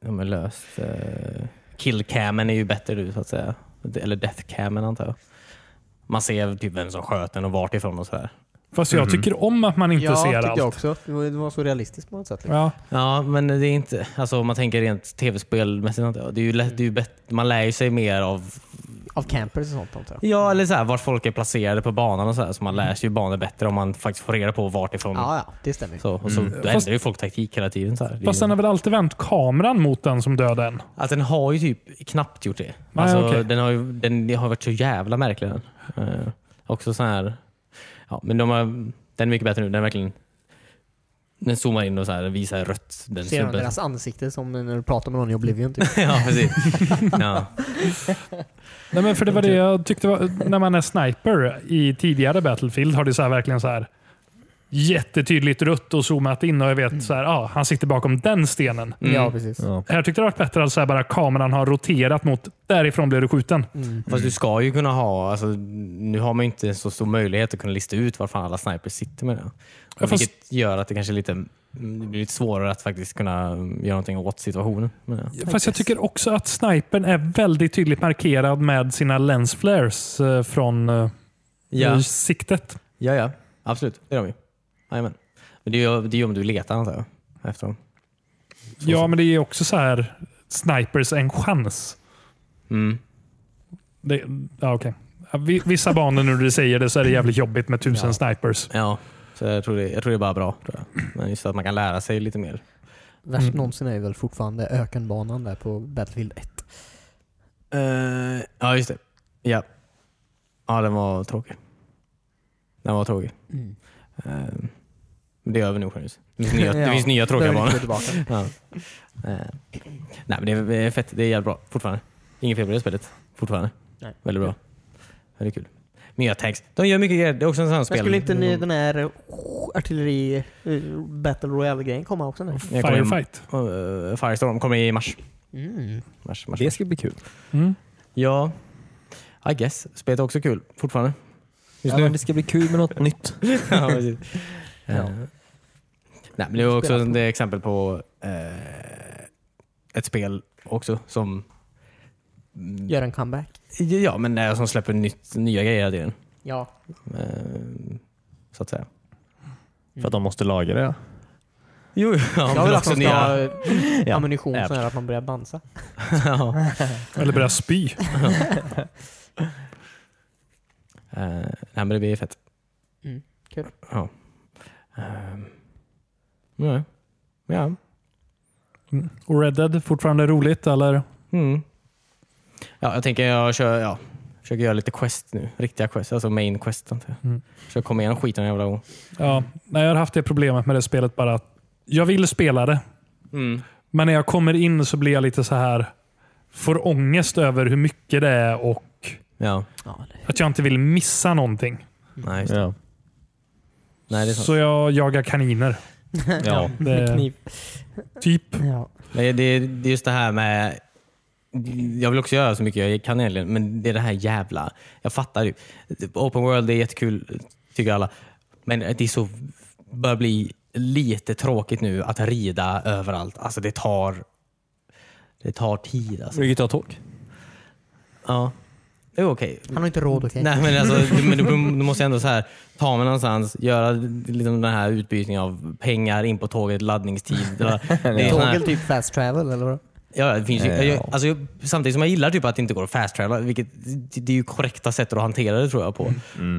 de är löst. eh, Killcamen är ju bättre nu så att säga. De- Eller deathcamen antar jag. Man ser typ vem som sköt den och vart ifrån och sådär.
Fast jag tycker om att man inte
ja,
ser
tyckte
allt. Mm.
jag också. Det var, det var så realistiskt på något sätt. Liksom.
Ja.
Ja, men det är inte... Alltså om man tänker rent tv-spelmässigt. ja, Det är ju lätt, det är ju bett, man lär ju sig mer av...
Av campers och sånt antar jag.
Ja, eller så här, vart folk är placerade på banan och så här. Så man lär sig ju banor bättre om man faktiskt får reda på vart ifrån.
Ja, ja, det stämmer.
Så, och så då
Mm. Fast-
ändrar ju folk taktik hela tiden. Så här. Det är
Fast
ju-
den har väl alltid vänt kameran mot den som dödar en?
Att den har ju typ knappt gjort det.
Nej,
alltså,
okej.
den, har ju, den har varit så jävla märklig. Den. Eh, också så här, ja, men de har, den är mycket bättre nu. Den är verkligen den zoomar in och så här, visar rött. Den
Ser man
snubben.
deras ansikte som när du pratar med någon i Oblivion typ.
ja, precis. ja.
Nej, men för det var det jag tyckte var, när man är sniper i tidigare Battlefield har det så här verkligen så här jättetydligt rött och zoomat in och jag
Mm.
vet så här, ah, han sitter bakom den stenen.
Ja, precis.
Här tyckte det varit bättre att så här bara kameran har roterat mot därifrån blir du skjuten.
Mm,
Fast du ska ju kunna ha, alltså, nu har man ju inte så stor möjlighet att kunna lista ut var fan alla snipers sitter med det.
Ja, fast-
Vilket gör att det kanske är lite, det blir lite svårare att faktiskt kunna göra någonting åt situationen. Men, ja.
Fast jag tycker också att snipern är väldigt tydligt markerad med sina lens flares eh, från eh,
Ja.
siktet.
Ja, ja. Absolut. Det är de ju. Jajamän. Men det är ju det är ju om du letar antar jag. Efter dem.
ja, men det är också så här snipers en chans.
Mm.
Det, ja, okej. Ja, vi- Vissa banor när du säger det så är det jävligt jobbigt med tusen snipers.
Ja. Så jag tror, det, jag tror det är bara bra. Tror jag. Men just att man kan lära sig lite mer.
Värst någonsin är ju väl fortfarande ökenbanan där på Battlefield 1. Eh.
ja, just det. Ja. Ja, den var tråkig. Den var tråkig.
Mm.
Eh, men det är över nu Cornelius. Det finns nya,
Ja,
det finns nya tråkiga
behöver
banor.
inte gå tillbaka.
Ja. Eh, nej, men det är- det är fett. Det är jävligt bra fortfarande. Inget fel på det spelet. Fortfarande.
Nej.
Väldigt bra. Väldigt kul. Nya tags. De gör mycket grejer. Det är också en sån här
Men
spel.
skulle inte ni, den här eh, artilleri eh, battle royale grejen komma också nu?
Jag kommer-
Firefight.
Eh, Firestorm kommer i mars.
Mm.
mars, mars.
Det ska bli kul.
Mm.
Ja, I guess. Spelet är också kul fortfarande. Just
Ja, men
nu.
det ska bli kul med något nytt.
ja, precis.
Ja.
Eh, Nej, men det är också ett exempel på eh, ett spel också som,
Gör en comeback.
ja, men det är som släpper nytt, nya grejer hela tiden.
Ja.
Eh, så att säga.
För att de måste lagra det.
Jo, ja,
Jag
men
vill att
också
man ska
nya.
ha eh,
Ja.
ammunition
Ja.
så här att man börjar dansa.
ja.
Eller börja spy.
Eh, nej, men det blir fett.
Mm, kul.
Ja. Ehm, ja. ja.
Och Red Dead, fortfarande roligt eller?
Mm. Ja, jag tänker jag kör, ja, försöker göra lite quest nu. Riktiga quest, alltså main quest. antar jag.
Mm.
Försöker komma igenom skiten en jävla gång.
Ja, nej, jag har haft det problemet med det spelet bara att jag vill spela det,
Mm.
men när jag kommer in så blir jag lite så här får ångest över hur mycket det är och
Ja,
Ja,
att jag inte vill missa någonting.
nej, just det.
Ja.
nej det är sant.
Mm. så jag jagar kaniner.
Ja.
Det är
kniv.
typ.
Ja.
Men det, det, det är just det här med jag vill också göra så mycket jag kan egentligen, men det är det här jävla... Jag fattar ju. Open world det är jättekul, tycker alla. Men det är så, börjar bli lite tråkigt nu att rida överallt. Alltså det tar, det tar tid. Alltså.
Vilket jag tog.
Ja. Det är okej.
Han har inte råd okej.
Nej men alltså, du, men du, du måste ändå så här, ta mig någonstans, göra liksom den här utbytningen av pengar, in på tåget, laddningstid. Det, är sån här-
Tågel typ fast travel eller vad?
Ja, det finns ju,
Eh, Ja.
jag, alltså, jag, samtidigt som jag gillar typ att det inte går att fast travela, vilket det, det är ju korrekta sättet att hantera det tror jag på.
Mm.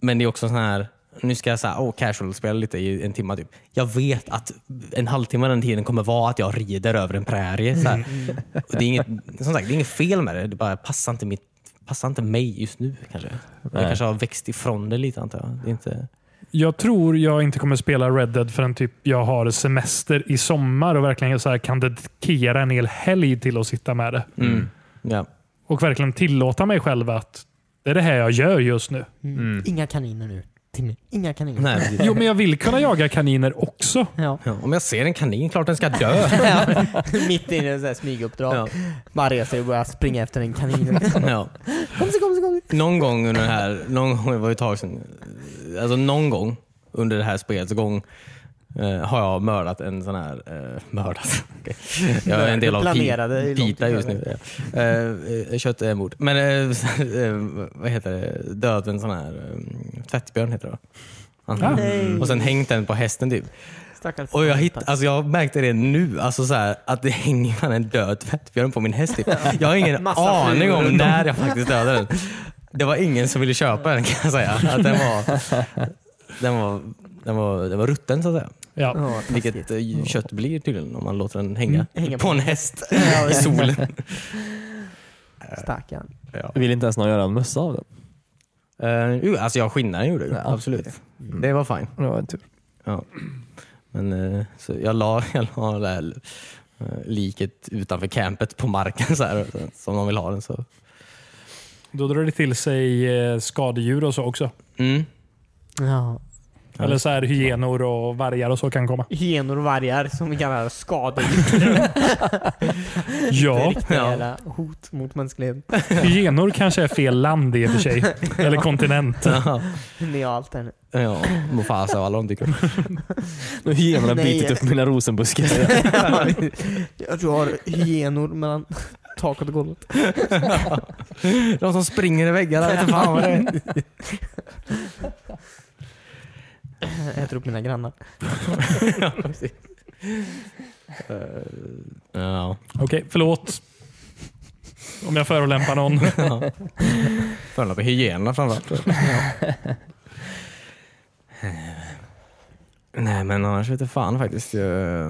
Men det är också sån här, nu ska jag så här, oh, casual spela lite i en timme typ. Jag vet att en halvtimme den tiden kommer vara att jag rider över en prärie. Så här.
Mm.
Och Det, är inget, som sagt, det är inget fel med det, det bara passar inte, mitt, passar inte mig just nu kanske. Jag
Nej.
kanske har växt ifrån det lite antar jag. Det är inte,
Jag tror jag inte kommer spela Red Dead förrän typ jag har semester i sommar och verkligen så här kan dedikera en hel helg till att sitta med det.
ja.
Och verkligen tillåta mig själv att det är det här jag gör just nu.
Inga kaniner nu. Timmy. Inga kaniner.
Mm. Nej, precis.
Jo, men jag vill kunna jaga kaniner också.
Ja.
ja, om jag ser en kanin, klart den ska dö.
Ja. Mitt i en sån här smyguppdrag.
Ja.
Bara reser och börjar springa efter en kanin.
Ja.
Kom så, kom så, kom så.
någon gång under det här, någon gång, det var ju ett tag sedan, alltså någon gång under det här spelets gång eh, har jag mördat en sån här, eh, mördat, Okej. jag är en del av
Planerade
Pi-
i lång tid
Pita just nu. Ja. Eh, eh, Köttämord. Men eh, eh, vad heter det, död en sån här, eh, tvättbjörn heter det va? Mm. Och sen hängt den på hästen typ.
Stackars
Och jag, hitt, alltså jag märkte det nu, alltså så här, att det hänger fan en död tvättbjörn på min häst. Typ. Jag har ingen
Massa
aning
flugor
om
runt om.
när jag faktiskt dödade den. Det var ingen som ville köpa den kan jag säga. Att den, var, den, var, den, var, den var rutten så att säga.
Ja.
Ja,
Vilket eh, kött blir tydligen om man låter den hänga,
Hänga
på
på.
en häst
Ja,
i solen.
Stackarn.
Ja.
Vill inte ens någon göra en mössa av den.
Eh, jo, alltså jag skinnade gjorde det.
Ja.
Absolut. Det var fine.
Det var en tur.
Ja. Men eh, så jag la, jag la det här, eh, liket utanför campet på marken så här, som de vill ha den. Så.
Då drar det till sig eh, skadedjur och så också.
Mm.
Ja.
Ja.
Eller så här hyenor och vargar och så kan komma.
Hyenor och vargar som vi kallar skadedjur.
Ja,
Riktiga jävla hot mot mänskligheten.
hyenor kanske är fel land i och för sig. Eller kontinent.
Ni har allt där nu.
Ja, Mufasa och alla de dyker upp.
Nu hyenorna har
Nej.
bitit upp mina rosenbuskar.
Jag tror jag har hyenor mellan taket och golvet.
De som springer i väggarna, vet inte fan vad det är.
Jag äter upp mina grannar.
Ja, precis. Eh, ja.
Okej, förlåt. Om jag förolämpar någon.
Förolämpar hygienerna framförallt. Nej men annars vet jag fan faktiskt. Jag,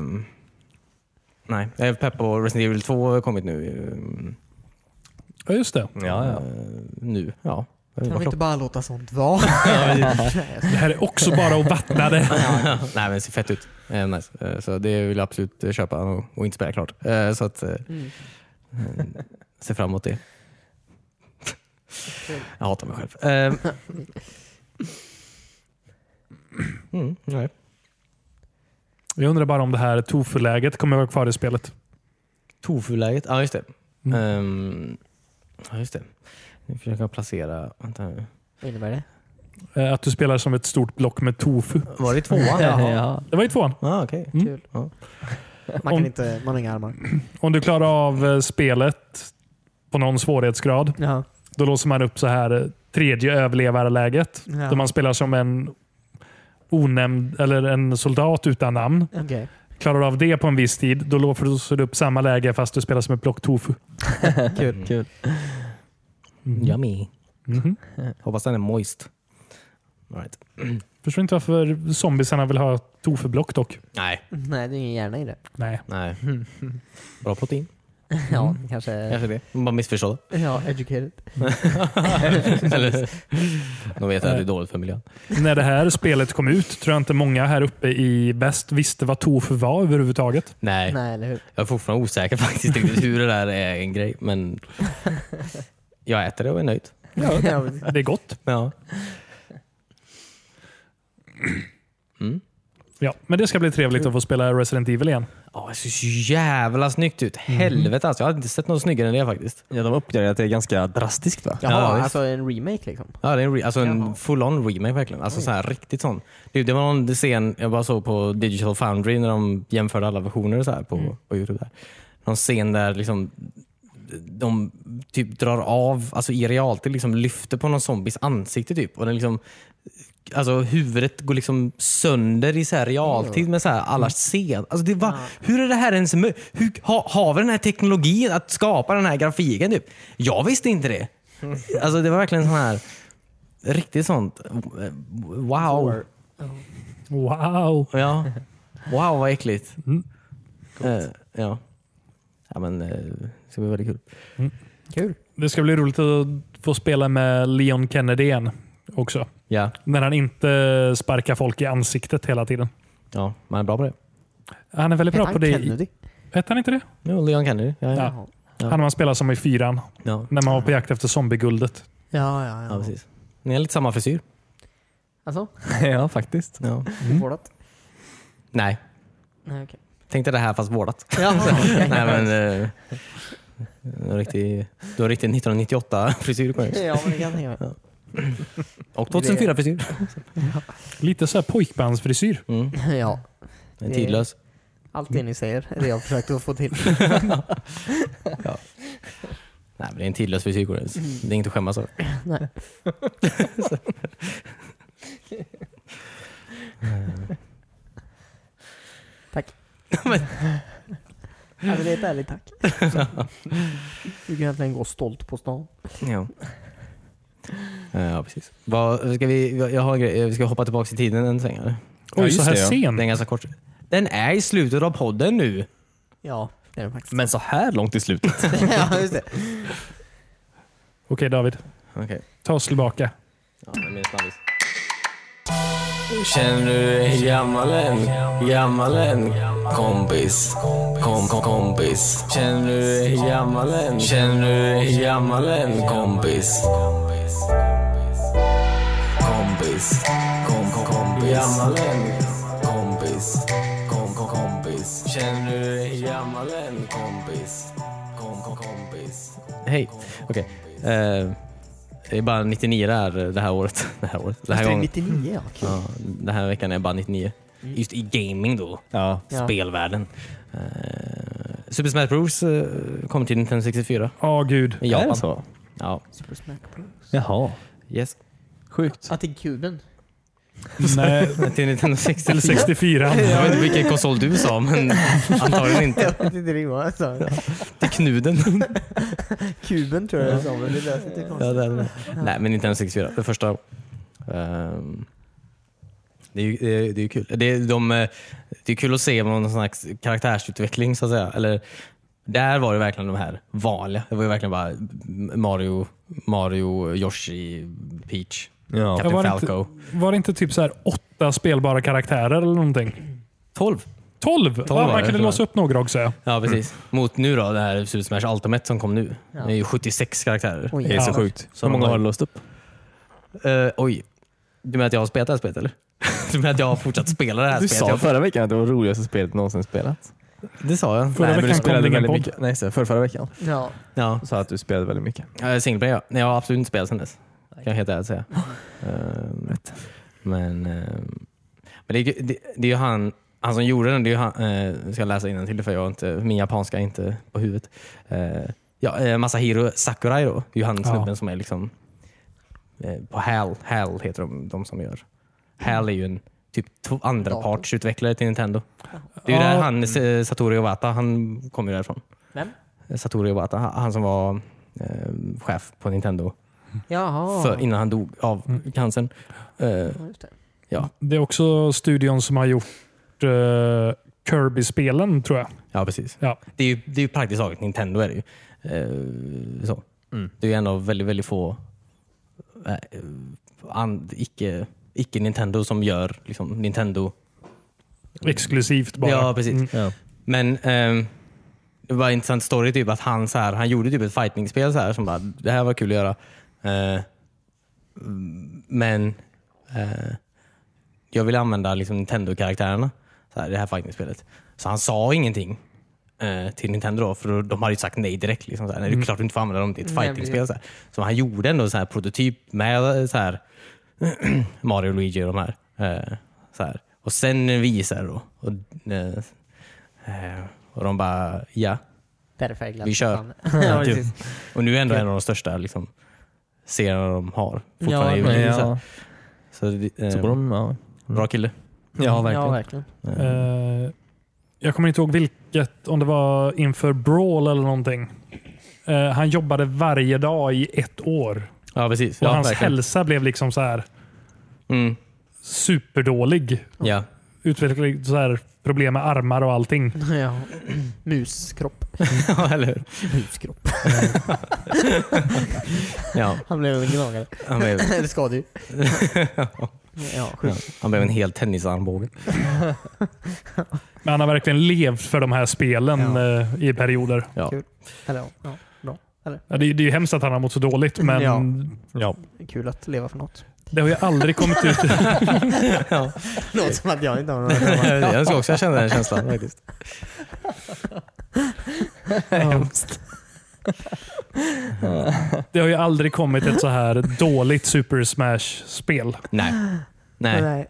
nej, jag är pepp på Resident Evil 2 har kommit nu. ehm,
Ja, just det.
Ja, ja.
eh, nu, ja. Vad
Kan vi inte
klockan?
bara låta sånt vara?
Det här är också bara att vattna det.
nej men det ser fett ut. Eh, nice. Eh, så det vill jag absolut eh, köpa och, och inte spela klart. Eh, så att, eh,
Mm.
eh, se fram emot det. jag hatar mig själv. Eh, mm, nej.
Jag undrar bara om det här tofu-läget kommer vara kvar i spelet.
Tofu-läget, ja just det.
Mm.
Ehm, ja just det. Nu försöker jag placera, vänta nu.
Vad innebär det?
Eh, Att du spelar som ett stort block med tofu.
Var det tvåan?
Ja.
Det var ju tvåan.
Ah, okej.
Kul.
Ja.
Man
Om-
kan inte, man har inga armar.
Om du klarar av eh, spelet på någon svårighetsgrad,
Ja.
då låser man upp så här eh, tredje överlevarläget.
Ja.
Där man spelar som en onämnd, eller en soldat utan namn.
Okej.
Klarar du av det på en viss tid, då låser du upp samma läge fast du spelar som ett block tofu.
Kul.
Kul.
Mm. Yummy.
Mhm.
Hoppas den är moist. All Right.
Förstår inte varför zombiesarna vill ha tofu-block dock.
Nej,
Nej, det är ingen hjärna i det.
Nej.
nej. Bra protein.
Ja, kanske...
Kanske det. Man bara missförstådd.
Ja, educated.
Mm. Eller, de vet att det är dåligt för miljön.
När det här spelet kom ut tror jag inte många här uppe i väst visste vad tofu var överhuvudtaget.
Nej,
Nej, eller hur?
jag är fortfarande osäker faktiskt riktigt hur det där är en grej. Men jag äter det och är nöjd.
Ja, men-
Det är gott.
Ja. Mm.
Ja, men det ska bli trevligt att få spela Resident Evil igen.
Ja, det ser så jävla snyggt ut. Helvete alltså. Jag har inte sett något snyggare än det faktiskt.
Ja, de har uppgraderat det ganska drastiskt va?
Jaha,
visst.
alltså en remake liksom?
Ja, det är en, re- alltså en
Jaha.
full-on remake verkligen. Alltså så här, riktigt sån. Det, det var någon scen jag bara såg på Digital Foundry när de jämförde alla versioner och så här på,
Mm.
på Youtube. Där. Någon scen där liksom de typ drar av, alltså i realtid liksom lyfter på någon zombies ansikte typ. Och den liksom, alltså huvudet går liksom sönder i så här realtid med så här
Mm.
alla scen. Alltså det var, hur är det här ens mö- hur, ha, Har vi den här teknologin att skapa den här grafiken? Typ? Jag visste inte det. Alltså det var verkligen sån här, riktigt sånt, eh, wow.
Wow!
Ja. Wow vad äckligt. Eh, ja. ja men eh, det ska bli väldigt kul.
Kul.
Det ska bli roligt att få spela med Leon Kennedy igen också.
Ja,
När han inte sparkar folk i ansiktet hela tiden.
ja man är bra på det.
Han är väldigt bra på det. i-
Kennedy?
Hette han inte det?
Jo, Leon Kennedy. Ja, ja.
Ja.
Han man spelar som i fyran.
Ja.
När man var på jakt efter zombieguldet.
Ja, ja,
ja,
ja.
precis. Ni har lite samma frisyr.
Alltså,
ja, faktiskt.
Ja.
vårdat?
Nej,
Nej, okej.
tänkte det här fast vårdat.
Jaha, okej.
Nej, men, eh, en riktig, du har riktig 1998-frisyr på dig.
Ja, men det kan jag tänka mig.
Och 2004-frisyr.
Lite så här pojkbandsfrisyr.
Mm.
Ja,
Den är tidlös.
allt det ni säger är det jag försökte att få till.
Nej, men det är en tidlös frisyr.
Mm.
går det. Det är inget att skämmas över.
Nej. Jag vill veta ärligt tack. Du kan egentligen gå stolt på stan.
Ja. Eh, Ja, precis. Vad, ska vi, jag har en grej. Vi ska hoppa tillbaka i tiden en sväng. eller?
Oj,
just
så här
det, ja.
sent.
Den är ganska kort. Den är i slutet av podden nu.
Ja, det är det faktiskt.
Men så här långt i slutet.
ja, just det.
Okej David,
Okej.
ta oss tillbaka.
Ja, det är min snabbis. Känner du dig gammal än? Gammal än? Kompis. Kom, kom, kompis. Känner du dig gammal än? Känner du dig gammal än? Kompis. Kompis. Kom, kom, kompis. Gammal än? Kompis. Kom, kom, kompis. Känner du dig gammal än? Kompis. Kom, kom, kompis. Hej. Okej. Eh, det är bara 99 det här, det här året. Det här året. Det
Det är 99 ja. Kul.
Ja, den här veckan är bara 99. Just i gaming då.
Mm. Ja.
Ja.
Spelvärlden. Eh, Super Smash Bros eh, kom till Nintendo 64
Ja, gud.
i
Är
Japan.
det så?
Ja.
Super Smash Bros.
Jaha.
Yes.
Sjukt.
Ah, till kuben.
Nej,
Till Nintendo 64.
till 64.
Jag vet inte vilken konsol du sa, men antagligen inte.
Jag vet inte det var alltså.
Till knuden.
Kuben tror jag det sa, men det lät inte konstigt.
Ja, det är det. Nej, men Nintendo 64. Det första. Ehm, det, är ju, det, är, det är ju kul. Det är, de, eh, det är kul att se någon slags karaktärsutveckling så att säga. Eller, där var det verkligen de här vanliga. Det var ju verkligen bara Mario, Mario Yoshi, Peach,
Ja.
Jag
Captain
var
Falco.
inte, var det inte typ så här åtta spelbara karaktärer eller någonting?
12.
Tolv! Mm.
var
ja, man
det,
kunde
tror jag.
låsa upp några också.
Ja, precis. Mot nu då, det här Super Smash Ultimate som kom nu.
Ja.
Det är ju 76 karaktärer. Oj.
Det är så
Ja.
sjukt.
Så
Hur många
de-
har du låst upp?
Eh, oj. Du menar att jag har spelat det här spelet eller? Du menar att jag har fortsatt spela det här
Du
spelet?
sa
Jag-
förra veckan att det var det roligaste spelet någonsin spelat.
Det sa jag.
Förra
Nej, men
veckan kom
du
det
spelade
ingen
väldigt
podd.
mycket. Nej, så här, förra, förra veckan.
Ja.
Ja.
Du sa att du spelade väldigt mycket.
Ja, Singleplayer, ja. E Nej, jag har absolut inte spelat sen dess. Kan jag helt ärligt säga. Ehm, men ehm, men det, är ju- det, det är ju han, han som gjorde den, det är ju han, eh, nu ska jag läsa innantill för jag har inte, min japanska är inte på huvudet. Eh, ja, eh, Masahiro Sakurai då, det är ju han snubben som är liksom eh, på HAL, HAL heter de, de som gör. HAL är ju en typ to- andrapartsutvecklare till Nintendo. Det är ju
Ja.
där han, eh, Satoru Iwata, han kommer ju därifrån.
Vem?
Eh, Satoru Iwata, han han som var eh, chef på Nintendo
Jaha.
för, innan han dog av
Mm.
cancern. Eh,
Ja, just det.
Det är också studion som har gjort eh, Kirby-spelen tror jag.
ja, precis.
Ja.
Det är ju det är ju praktiskt taget Nintendo. Är det, ju. Eh, så. det är ju en av väldigt, väldigt få eh, an- icke- icke-Nintendo som gör liksom, Nintendo
Exklusivt bara.
Ja, precis.
Mm.
Men ehm, det var en intressant story typ att han, så här, han gjorde typ ett fightingspel så här som bara, det här var kul att göra. Eh, mm, men eh, jag ville använda liksom Nintendo-karaktärerna så här, i det här fightingspelet. Så han sa ingenting eh, till Nintendo då, för då- de hade ju sagt nej direkt. Liksom, så här, nej, det är klart du inte får använda dem till ett
Nej,
fightingspel. Så, här. så han gjorde ändå så här prototyp med eh, så här, Mario och Luigi och de här. Eh, så här. Och sen visar då. Och, eh, eh, och de bara ja.
Därför jag glatt
Vi kör.
fan. ja, typ. precis.
Och nu är ändå en av de största liksom, serierna de har. Fortfarande
Ja,
i
Ja.
så här. Så, det- eh,
Så borde de... Ja.
Bra kille.
ja,
Ja, verkligen.
Eh, jag kommer inte ihåg vilket, om det var inför Brawl eller någonting. Eh, han jobbade varje dag i ett år.
Ja precis.
Och
Ja,
hans
verkligen.
hälsa blev liksom så här
Mm.
superdålig.
Ja.
Utvecklade så här problem med armar och allting.
Ja. Muskropp.
ja, eller hur?
Muskropp.
Ja,
Han blev en gnagare.
han, blev,
Eller skadedjur. Ja,
ja,
sjukt.
han blev en hel tennisarmbåge.
Men han har verkligen levt för de här spelen
Ja.
eh, i perioder.
Ja.
Kul. Eller ja, ja, bra.
Ja, Det, är- det är ju hemskt att han har mått så dåligt, men
Ja.
Ja.
Kul att leva för något.
det har ju aldrig kommit ut.
Låter som att jag inte har några
jag ska också känna den känslan faktiskt.
Det har ju aldrig kommit ett så här dåligt Super Smash-spel.
Nej. Nej.
Nej.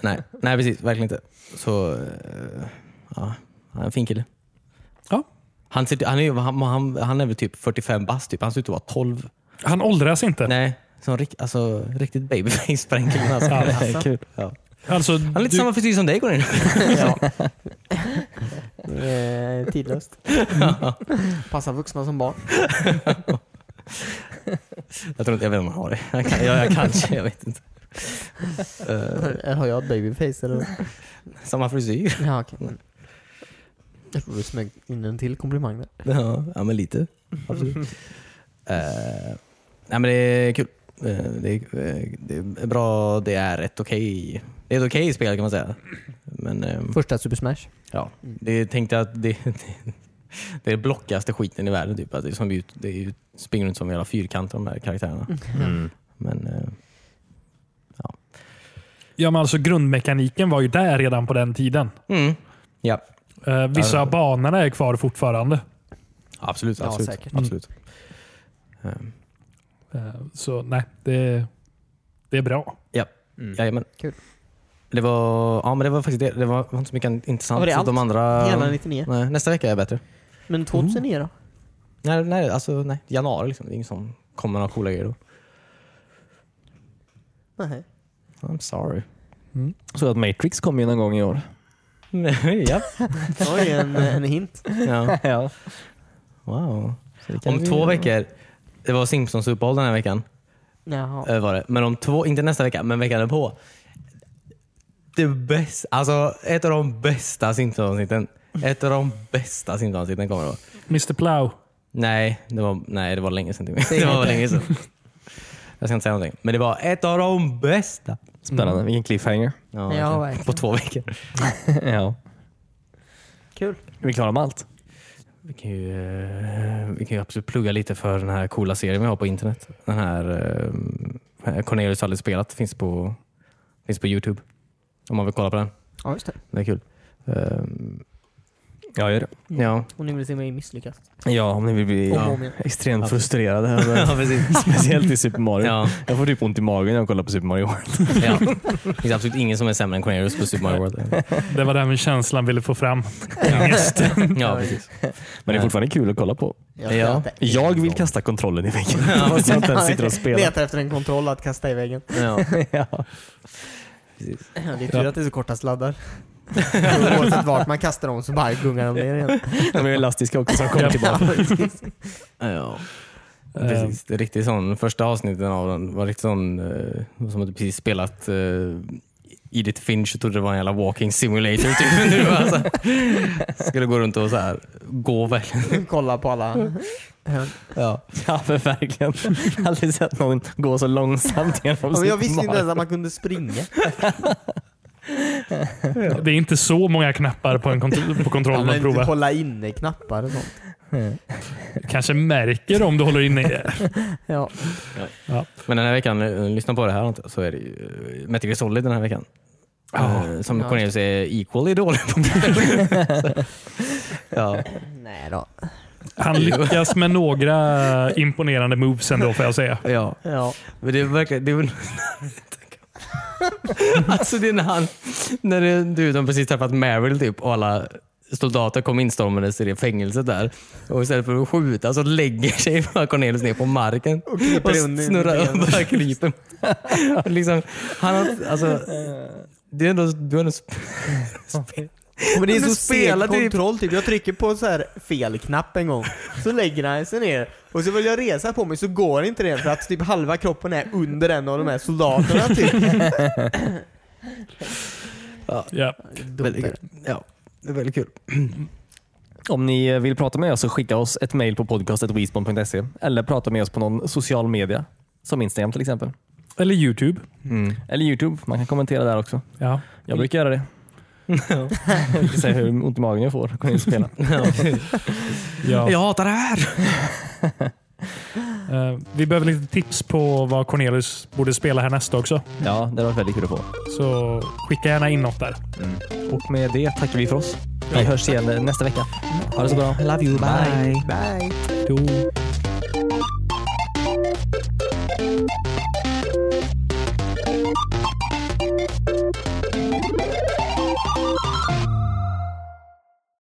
Nej, nej precis. Verkligen inte. Så, eh, ja, han är en fin kille.
Ja.
Han, ser, han, är, ju- han, han, han är väl typ 45 bast, typ. han ser ut att vara 12.
Han åldras inte.
Nej, så rikt, alltså, riktigt babyface på den killen. Alltså.
Ja,
kul. Ja.
Alltså,
Han är lite
du,
samma frisyr som dig Corinne.
Ja. Eh, tidlöst.
Mm.
Passar vuxna som barn.
Jag tror inte jag vet om jag har det. Jag, kan, jag, jag kanske, jag vet inte. Eh,
Eller Har jag ett babyface eller?
samma frisyr.
Ja, okej. Mm. Jag tror du smög in en till komplimang där.
Ja, ja men lite. Absolut. Eh, nej men det är kul. Eh, det, är, eh, det är bra, det är ett okej. Det är ett okej spel kan man säga. Men ehm,
Mm. Första Super Smash.
ja, det tänkte jag att det, det, det är blockaste skiten i världen. Typ. Att det är som ut, det är ju, springer runt som jävla fyrkanter de här karaktärerna.
Mm.
Men eh,
Ja, men alltså grundmekaniken var ju där redan på den tiden.
mm, ja,
Eh, vissa
Ja.
banorna är kvar fortfarande.
absolut.
Ja,
absolut,
säkert.
absolut. Eh,
Eh, så nej, det, det är bra.
Jajamän.
Kul.
Det var, ja, men det var faktiskt det. Det var inte så mycket intressant.
Var det
Så
allt?
De andra,
Hela 99.
nej, nästa vecka är bättre.
Men 2009 då?
Nej, nej, alltså, nej. januari liksom. Det är ingen som kommer några coola grejer då.
Nej.
I'm sorry.
Så att Matrix kom ju någon gång i år.
ja.
Oj, en, en hint.
ja.
ja.
Wow.
kan
Om
vi
två
göra.
veckor. Det var Simpsons-uppehåll den här veckan.
Jaha.
eh, Var det. Men om två, inte nästa vecka, men veckan på. Det bästa, alltså ett av de bästa Simpsons-avsnitten. Ett av de bästa Simpsons-avsnitten kommer då.
Mr Plow.
Nej, det var, nej, det var länge sedan. Timmy. Det var länge sedan. Jag ska inte säga någonting. Men det var ett av de bästa.
Spännande. Vilken cliffhanger.
Ja,
Ja,
verkligen. på två
verkligen.
veckor.
ja.
Kul.
Vi klarar med allt.
Vi kan, ju, eh, vi kan ju absolut plugga lite för den här coola serien vi har på internet. Den här eh, Cornelius har aldrig spelat. Finns på, finns på Youtube. Om man vill kolla på den.
Ja, just det.
Det är kul. Eh,
Jag gör det.
ja.
Och ni vill se mig misslyckas.
Ja, om ni vill bli
Om och om igen.
extremt
Ja.
frustrerade. över-
precis.
Speciellt i Super Mario.
Ja,
Jag får typ ont i magen när jag kollar på Super Mario World.
ja. Det finns absolut ingen som är sämre än Cornelius på Super Mario World.
Det var den känslan ville få fram.
Ja, precis.
Men det är fortfarande kul att kolla på.
Jag,
Ja.
letar-
Jag vill kasta kontrollen i väggen. Ja, så att den sitter och spelar.
letar efter en kontroll att kasta i väggen.
Ja.
Ja.
Det är tur att det är så korta sladdar. Oavsett vart man kastar dem så bara gungar de ner igen.
De är elastiska också som kommer tillbaka.
Ja.
Ehm.
Precis, det är riktigt sån. Första avsnitten av den var riktigt sån eh, som att du precis spelat eh, Edith Finch och trodde det var en jävla walking simulator. Typ. Du bara så här, skulle gå runt och så här, gå verkligen.
Kolla på alla hörn.
Ja.
Ja, men verkligen. Aldrig sett någon gå så långsamt genom
Ja, men jag
Super
visste inte
Mario.
ens att man kunde springa.
Det är inte så många knappar på, en kont- på
Ja,
kontrollen att
men
prova.
hålla inne knappar och sånt.
kanske märker om du håller inne.
Ja.
Men den här veckan, eh, lyssna på det här inte, så är det ju eh, Metal Gear Solid den här veckan.
Ja.
Eh, som
Ja.
Cornelius är equally dålig på. ja.
Nej då.
Han lyckas med några imponerande moves ändå får jag säga.
ja.
Ja.
Men det är verkligen... Det är... alltså det är när han... När det, du, de har precis träffat Meryl typ och alla soldater kom instormandes i det fängelset där. Och istället för att skjuta så lägger sig bara Cornelius ner på marken. Och,
kryper under
snurrar
benen.
upp och bara kryper. Och liksom, han har, alltså, det är ändå... Du har ändå sp- sp-
Men det är
Men
så
spela
seg
typ.
kontroll typ. Jag trycker på så här fel knapp en gång. Så lägger han sig ner. Och så vill jag resa på mig så går inte det för att typ halva kroppen är under en av de här soldaterna typ.
Ja.
väldigt kul. Ja, det är väldigt kul.
Om ni eh, vill prata med oss så skicka oss ett mejl på podcastetwisbon.se eller prata med oss på någon social media. Som Instagram till exempel.
Eller Youtube.
Eller Youtube. Man kan kommentera där också.
Ja.
Jag brukar göra det. jag ska säga hur ont i magen jag får. Kommer in och spela.
Ja.
Jag hatar det här!
Eh, vi behöver lite tips på vad Cornelius borde spela här nästa också.
Ja, det var väldigt kul att få.
Så skicka gärna in något där.
Och med det tackar vi för oss. Vi hörs igen eh, nästa vecka. Ha det så bra. Love you. Bye.
Bye.
Då...